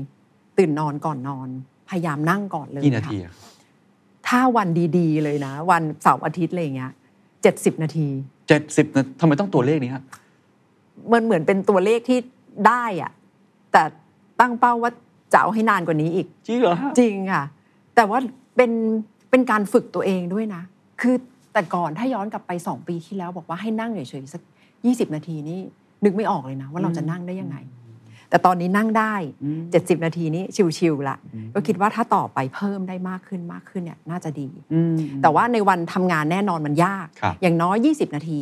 ตื่นนอนก่อนนอน พยายามนั่งก่อนเลย
กี่นา
ค่ะ
ทีอะ
ถ้าวันดีๆ เลยนะ วันเสาร์อาทิตย์อะไรอย่างเงี้ยเจ็ดสิบนาที
เจ็ดสิบนาทีทำไมต้องตัวเลขนี้ฮะ
มันเหมือนเป็นตัวเลขที่ได้อะแต่ตั้งเป้าว่าจะเอาให้นานกว่านี้อีก
จริงเหรอฮะ
จริงค่ะ แต่ว่าเป็นเป็นการฝึกตัวเองด้วยนะ คือแต่ก่อนถ้าย้อนกลับไป 2 ปีที่แล้ว บอกว่าให้นั่งเฉยๆสัก 20 นาทีนี่นึกไม่ออกเลยนะ ว่าเราจะนั่งได้ยังไง แต่ตอนนี้นั่งได้
อืม
70 นาทีนี้ชิวๆละก็คิดว่าถ้าต่อไปเพิ่มได้มากขึ้นมากขึ้นเนี่ยน่าจะดี
อืม
แต่ว่าในวันทำงานแน่นอนมันยาก
ครับ
อย่างน้อย 20 นาที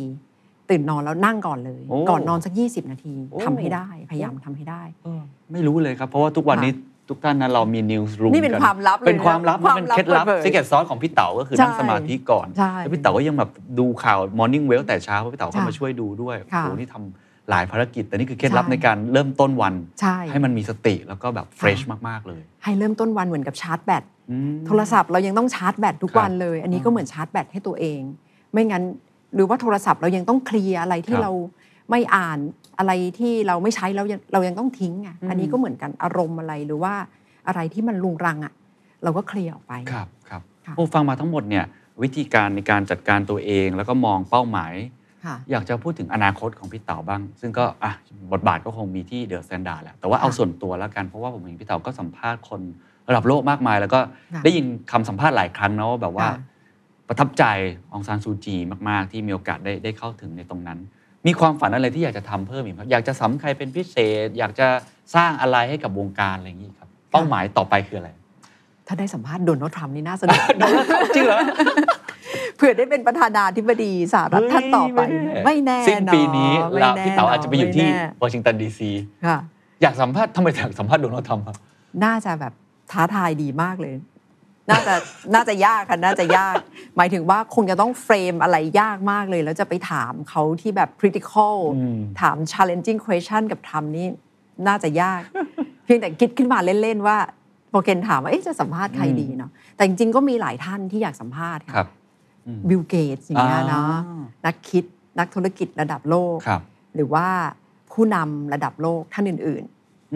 ตื่นนอนแล้วนั่งก่อนเลย
โอ้
ก่อนนอนสัก 20 นาที
โอ้
ทำให้ได้ พยายามทำให้ได้
เออไม่รู้เลยครับ เพราะว่าทุกวันนี้ ทุกท่านนะเรามีนิวส์รูม
นี่เป็นความลับเลยนะ
เป็นความลับ
ความลับ
เป็นเคล็ดลับ
เปิดเผย
ซิกเก็ตซอสของพี่เต๋าก็คือนั่ง
ใช่
สมาธิก่อน
ใช่
แล้วพี่เต๋าก็ยังแบบดูข่าวมอร์นิ่งเวลแต่เช้าเพราะพี่เต๋าเข้ามา
ค่ะ
ช่วยดูด้วยโอ้
ค่ะ
โหนี่ทำหลายภารกิจ แต่นี่คือเคล็ดลับ
ใช่
ในการเริ่มต้นวัน
ใช่
ให้มันมีสติแล้วก็แบบเฟรชมาก ๆ เลย
ให้เริ่มต้นวันเหมือนกับชาร์จแบต
อืม
โทรศัพท์เรายังต้องชาร์จแบตทุก
ครับ
วันเลย อันนี้
อืม
ก็เหมือนชาร์จแบตให้ตัวเอง ไม่งั้นหรือว่าโทรศัพท์เรายังต้องเคลียร์อะไรที่
ครับ
เราไม่อ่านอะไรที่เราไม่ใช้เรายังเรายังต้องทิ้งอ่ะ
อืม
อันนี้ก็เหมือนกันอารมณ์อะไรหรือว่าอะไรที่มันลุงรังอ่ะเราก็เคลียร์ออกไป
ครับครับ
ค่ะ
โอ้ฟังมาทั้งหมดเนี่ยวิธีการในการจัดการตัวเองแล้วก็มองเป้าหมาย
ค่ะ
อยากจะพูดถึงอนาคตของพี่เต๋าบ้าง ซึ่งก็อ่ะบทบาทก็คงมีที่เดอะแซนดาแหละแต่ว่าเอา
ค่ะ
ส่วนตัวแล้วกัน เพราะว่าผมเห็นพี่เต๋าก็สัมภาษณ์คนระดับโลกมากมาย แล้วก็
ค่ะ
ได้ยินคำสัมภาษณ์หลายครั้งนะว่าแบบว่า
ค่ะ
ประทับใจองซานซูจีมากๆ ที่มีโอกาสได้ได้เข้าถึงในตรงนั้น มีความฝันอะไรที่อยากจะทำเพิ่มอีกไหมอยากจะสำใครเป็นพิเศษ อยากจะสร้างอะไรให้กับวงการอะไรอย่างนี้ครับเป้าหมายต่อไปคืออะไร
ถ้าได้สัมภาษณ์โดนัลด์ทรัมป์นี่น่าสนุก
โดนแล้ว ครับจริงเหรอ
เผื่อได้เป็นประธานาธิบดีสหรัฐท่านต่อไป ไม่แน่
สิ้นปีนี้
เาะ
เรา
ไม่แน่
พี่เต๋าอาจจะไปอยู่ที่
ม่แน่
วอชิงตันดีซี
ค่ะ
อยากสัมภาษณ์ทำไมอยากสัมภาษณ์โดนัลด์ทรัมป์ครับ
น่าจะแบบท้าทายดีมากเลย น่าจะ น่าจะยากค่ะ น่าจะยาก หมายถึงว่าคงจะต้องเฟรมอะไรยากมากเลย แล้วจะไปถามเขาที่แบบ critical
อืม
ถาม challenging question กับทำนี่น่าจะยาก เพียงแต่คิดขึ้นมาเล่น ๆ ว่าโปรเกนถามว่าเอ๊ะจะสัมภาษณ์ใครดีเนาะ แต่จริง ๆ ก็มีหลายท่านที่อยากสัมภาษณ์
ครับ
บิลเกตส์อย่างเงี้ยเนาะ
อ่า
นักคิด นักธุรกิจระดับโลก
ครับ
หรือว่าผู้นำระดับโลกท่านอื่น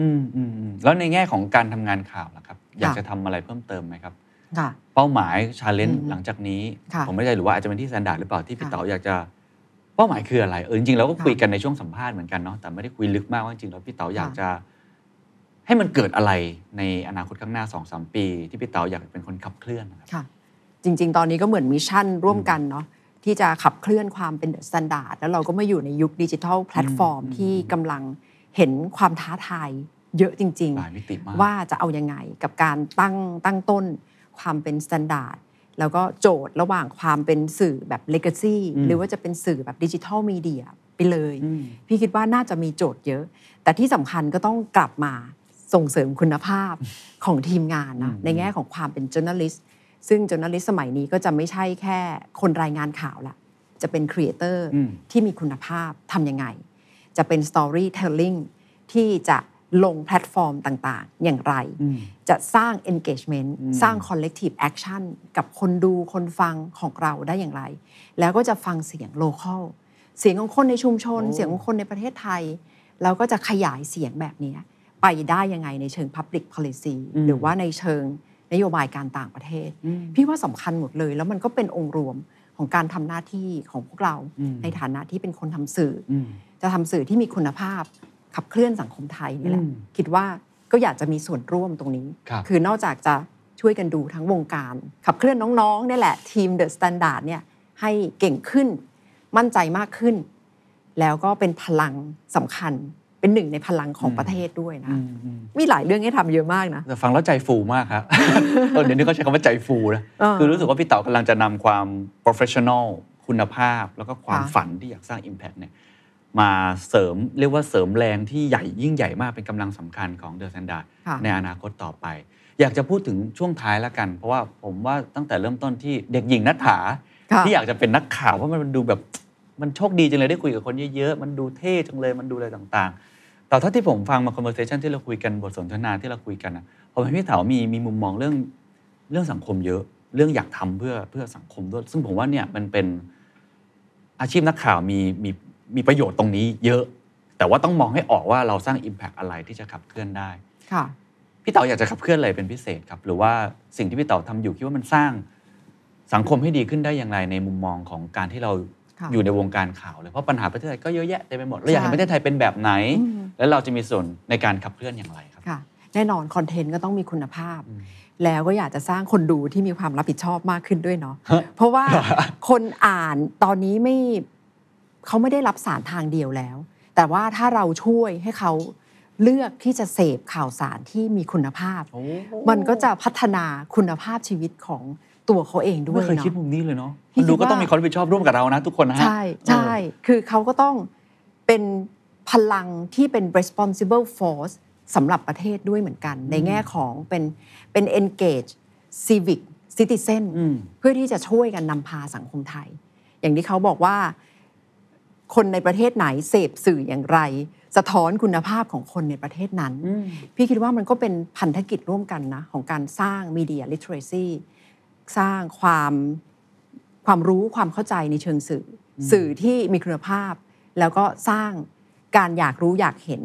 อืมอืมอืมแล้วในแง่ของการทำงานข่าวล่ะครับ อยาก
ค่ะ
จะทำอะไรเพิ่มเติมไหมครับ
ๆ ค่ะ
เป้าหมายชาเลนจ์
อืม
หลังจากนี้
ค่ะ
ผมไม่ได้หรือว่าอาจจะเป็นที่แซนด์หรือเปล่าที่พี่
ค่ะ
เต๋าอยากจะเป้าหมายคืออะไรเออจริงๆเราก็
ค่ะ
คุยกันในช่วงสัมภาษณ์เหมือนกันเนาะแต่ไม่ได้คุยลึกมากว่าจริงๆแล้วพี่เต๋าอยาก
ค่ะ
จะ ให้มันเกิดอะไรในอนาคตข้างหน้าสองสามปี ที่พี่เต๋าอยากเป็นคนขับเคลื่อนนะครับ
ค่ะจริง ๆ ตอนนี้ก็เหมือนมิชชั่นร่วมกันเนาะที่จะขับเคลื่อนความเป็นสแตนดาร์ดแล้วเราก็มาอยู่ในยุคดิจิทัลแพลตฟอร์ม
อืม
ที่กำลังเห็นความท้าทายเยอะจริง
หลายมิติมาก
ๆ ว่าจะเอายังไงกับการตั้งตั้งต้นความเป็นสแตนดาร์ดแล้วก็โจทย์ระหว่างความเป็นสื่อแบบเลก a ซี่
อืม
หรือว่าจะเป็นสื่อแบบดิจิทัลมีเดียไปเลย
อืม
พี่คิดว่าน่าจะมีโจทย์เยอะ แต่ที่สำคัญก็ต้องกลับมาส่งเสริมคุณภาพของทีมงานนะ
อืม
ในแง่ของความเป็น journalist ซึ่ง journalist สมัยนี้ก็จะไม่ใช่แค่คนรายงานข่าวละจะเป็น creator
อืม
ที่มีคุณภาพทำยังไง จะเป็น storytelling ที่จะลงแพลตฟอร์มต่างๆ อย่างไร
อืม
จะสร้าง engagement
อืม
สร้าง collective action กับคนดูคนฟังของเราได้อย่างไร แล้วก็จะฟังเสียง local เสียงของคนในชุมชน
โอ้
เสียงของคนในประเทศไทย เราก็จะขยายเสียงแบบเนี้ยไปได้ยังไงในเชิง public policy
อืม
หรือว่าในเชิงนโยบายการต่างประเทศ
อืม
พี่ว่าสำคัญหมดเลย แล้วมันก็เป็นองค์รวมของการทำหน้าที่ของพวกเรา
อืม
ในฐานะที่เป็นคนทำสื่ออ
อืม
จะทำสื่อที่มีคุณภาพขับเคลื่อนสังคมไทยนี่แหละ
อืม
คิดว่าก็อยากจะมีส่วนร่วมตรงนี้
ครับ
คือนอกจากจะช่วยกันดูทั้งวงการ ขับเคลื่อนน้องๆนี่แหละทีมเดอะสแตนดาร์ดเนี่ยให้เก่งขึ้น มั่นใจมากขึ้น แล้วก็เป็นพลังสำคัญเป็นหนึ่งในพลังของ
อืม
ประเทศด้วยนะ
อืมอืม
มีหลายเรื่องให้ทำเยอะมากนะ
แต่ฟังแล้วใจฟูมากครับ เออเดี๋ยวนี้ก็ใช้คำว่าใจฟูนะ
เออ
คือรู้สึกว่าพี่เต๋ากำลังจะนำความ professional คุณภาพ แล้วก็ความ
ค่ะ
ฝันที่อยากสร้าง impact เนี่ยมาเสริมเรียกว่าเสริมแรงที่ใหญ่ยิ่งใหญ่มากเป็นกำลังสำคัญของเดอะ t a นดา r d
ค่ะ
ในอนาคตต่อไป อยากจะพูดถึงช่วงท้ายละกัน เพราะว่าผมว่าตั้งแต่เริ่มต้นที่เด็กหญิงนัฐถา
ค่ะ
ที่อยากจะเป็นนักข่าวเพราะมันดูแบบมันโชคดีจังเลยได้คุยกับคนเยอะๆ มันดูเท่จังเลยมันดูอะไรต่างๆ แต่เท่าที่ผมฟังมา conversation ที่เราคุยกันบทสนทนาที่เราคุยกันนะผมเห็นพี่เถามีมีมุมมองเรื่องเรื่องสังคมเยอะ เรื่องอยากทำเพื่อเพื่อสังคมด้วย ซึ่งผมว่าเนี่ยมันเป็นอาชีพนักข่าวมีมีมีประโยชน์ตรงนี้เยอะ แต่ว่าต้องมองให้ออกว่าเราสร้าง Impact อะไรที่จะขับเคลื่อนได้
ค่ะ
พี่เต๋าอยากจะขับเคลื่อนอะไรเป็นพิเศษครับ หรือว่าสิ่งที่พี่เต๋าทำอยู่คิดว่ามันสร้างสังคมให้ดีขึ้นได้อย่างไรในมุมมองของการที่เรา
ค่ะ
อยู่ในวงการข่าวเลย เพราะปัญหาประเทศไทยก็เยอะแยะเต็มไปหมดเรา
ใช่
อยากให้ประเทศไทยเป็นแบบไหน
อืม
และเราจะมีส่วนในการขับเคลื่อนอย่างไรครับ
ค่ะแน่นอนคอนเทนต์ก็ต้องมีคุณภาพ
อืม
แล้วก็อยากจะสร้างคนดูที่มีความรับผิดชอบมากขึ้นด้วยเนาะ
ฮะ
เพราะว่า คนอ่านตอนนี้ไม่เขาไม่ได้รับสารทางเดียวแล้ว แต่ว่าถ้าเราช่วยให้เขาเลือกที่จะเสพข่าวสารที่มีคุณภาพ
โอ้
มันก็จะพัฒนาคุณภาพชีวิตของตัวเขาเองด้วย
ไม่เคย
เนาะ
คิดมุมนี้เลยเนาะ
พี่
คนดู
คิด
ก็ต้อง
ว่ามี
มีความรับผิดชอบร่วมกับเรานะ ทุกคนนะฮะ
ใช่ใช่
เออ
คือเขาก็ต้องเป็นพลังที่เป็น responsible force สำหรับประเทศด้วยเหมือนกัน ในแง่ของเป็นเป็น engage civic citizen
อืม
เพื่อที่จะช่วยกันนำพาสังคมไทย อย่างที่เขาบอกว่า คนในประเทศไหนเสพสื่ออย่างไร สะท้อนคุณภาพของคนในประเทศนั้น พี่คิดว่ามันก็เป็นพันธกิจร่วมกันนะ ของการสร้าง Media Literacy สร้างความความรู้ความเข้าใจในเชิงสื่ออสื่อที่มีคุณภาพ แล้วก็สร้างการอยากรู้อยากเห็น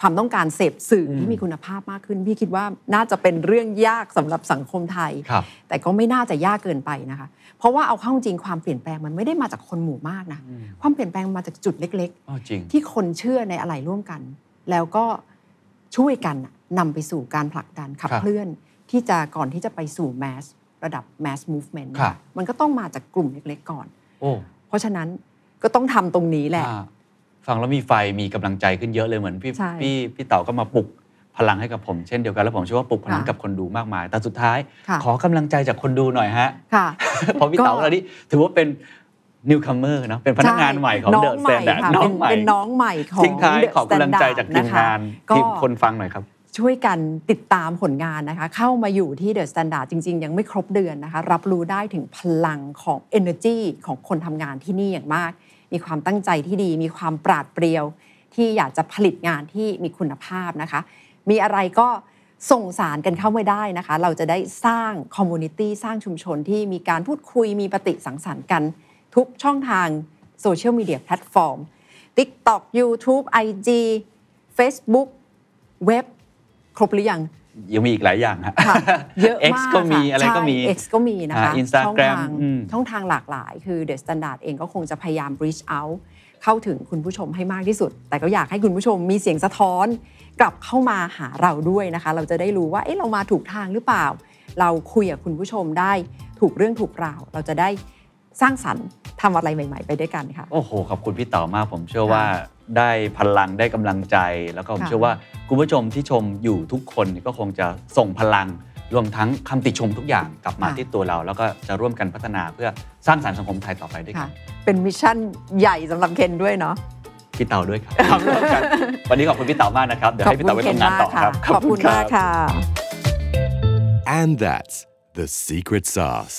ความต้องการเสพสื่ออที่มีคุณภาพมากขึ้น พี่คิดว่าน่าจะเป็นเรื่องยากสำหรับสังคมไทย
ครับ
แต่ก็ไม่น่าจะยากเกินไปนะคะ เพราะว่าเอาเข้าจริงความเปลี่ยนแปลงมันไม่ได้มาจากคนหมู่มากนะ ความเปลี่ยนแปลงมาจากจุดเล็ก
อ๋อจริง
ๆ ที่คนเชื่อในอะไรร่วมกัน แล้วก็ช่วยกันน่ะนำไปสู่การผลักดันขับ
ครับ
เคลื่อนที่จะก่อนที่จะไปสู่แมสระดับแมสมูฟเมนต์
ครับ
มันก็ต้องมาจากกลุ่มเล็ก ๆ ก่อน
โอ้
เพราะฉะนั้นก็ต้องทำตรงนี้แหละ
อ่าฟังแล้วมีไฟมีกำลังใจขึ้นเยอะเลยเหมือนพี่
ใช่
พี่พี่เต๋าก็มาปลุกพลังให้กับผมเช่นเดียวกันแล้วผมเชื่อว่าปลุกพลัง
ค่ะ
กับคนดูมากมาย แต่สุดท้าย
ค่ะ
ขอกำลังใจจากคนดูหน่อยฮะ
ค่ะ
เพราะพี่
ก็
เต๋าเรานี่ถือว่าเป็นนิวคัมเมอร์นอะเป็นพนักงานใหม่ของ
น้
เดอะส
ให
แต
ม่
นดาร์
ค่ะ
น้อ
เป็
ง
น
ใหม่
เป็นน้องใหม่ของ
ทิ้งท้าย
The
ขอกำลังใจจากทีม
Standard
งาน
นะคะก็
ทีมคนฟังหน่อยครับ
ช่วยกันติดตามผลงานนะคะ เข้ามาอยู่ที่ The Standard จริง ๆ ยังไม่ครบเดือนนะคะ รับรู้ได้ถึงพลังของ energy ของคนทำงานที่นี่อย่างมาก มีความตั้งใจที่ดี มีความปราดเปรียว ที่อยากจะผลิตงานที่มีคุณภาพนะคะ มีอะไรก็ส่งสารกันเข้ามาได้นะคะ เราจะได้สร้าง community สร้างชุมชนที่มีการพูดคุยมีปฏิสังสรรค์กัน ทุกช่องทางโซเชียลมีเดียแพลตฟอร์ม TikTok YouTube IG Facebook เว็บ ครบหรือยัง
ยังมีอีกหลายอย่างฮะ
ค่ะ เยอะ
X
มาก
ก็มี
ค่
อะไรก็มี
ใช่ X ก็มีนะคะ
อ่า Instagram
ช่องทาง
อืม
ช่องทางหลากหลาย คือ The Standard เองก็คงจะพยายาม reach out เข้าถึงคุณผู้ชมให้มากที่สุด แต่ก็อยากให้คุณผู้ชมมีเสียงสะท้อน กลับเข้ามาหาเราด้วยนะคะ เราจะได้รู้ว่าเอ๊ะเรามาถูกทางหรือเปล่า เราคุยกับคุณผู้ชมได้ถูกเรื่องถูกราว เราจะได้สร้างสรรค์ทำอะไรใหม่ ๆ ไปด้วยกันค่ะ
โอ้โห ขอบคุณพี่เต๋ามาก ผมเชื่อ
ค่ะ
ว่าได้พลังได้กำลังใจ แล้วก็ผม
ค่ะ
เชื่อว่าคุณผู้ชมที่ชมอยู่ทุกคนก็คงจะส่งพลัง รวมทั้งคำติชมทุกอย่างกลับมา
ค่ะ
ที่ตัวเรา แล้วก็จะร่วมกันพัฒนาเพื่อสร้างสรรค์สังคมไทยต่อไปด้วยกั
ค่ะ
น
เป็นมิชชั่นใหญ่สำหรับเคนด้วยเนาะ
พี่เต๋าด้วยครับทำร่วมกัน วันนี้ขอบคุณพี่เต๋ามากนะครับเดี๋ยวให้พี่เต๋าไปทำงานต่อครับ
ขอบคุณมากค่ะ
And that's the secret sauce.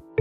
บ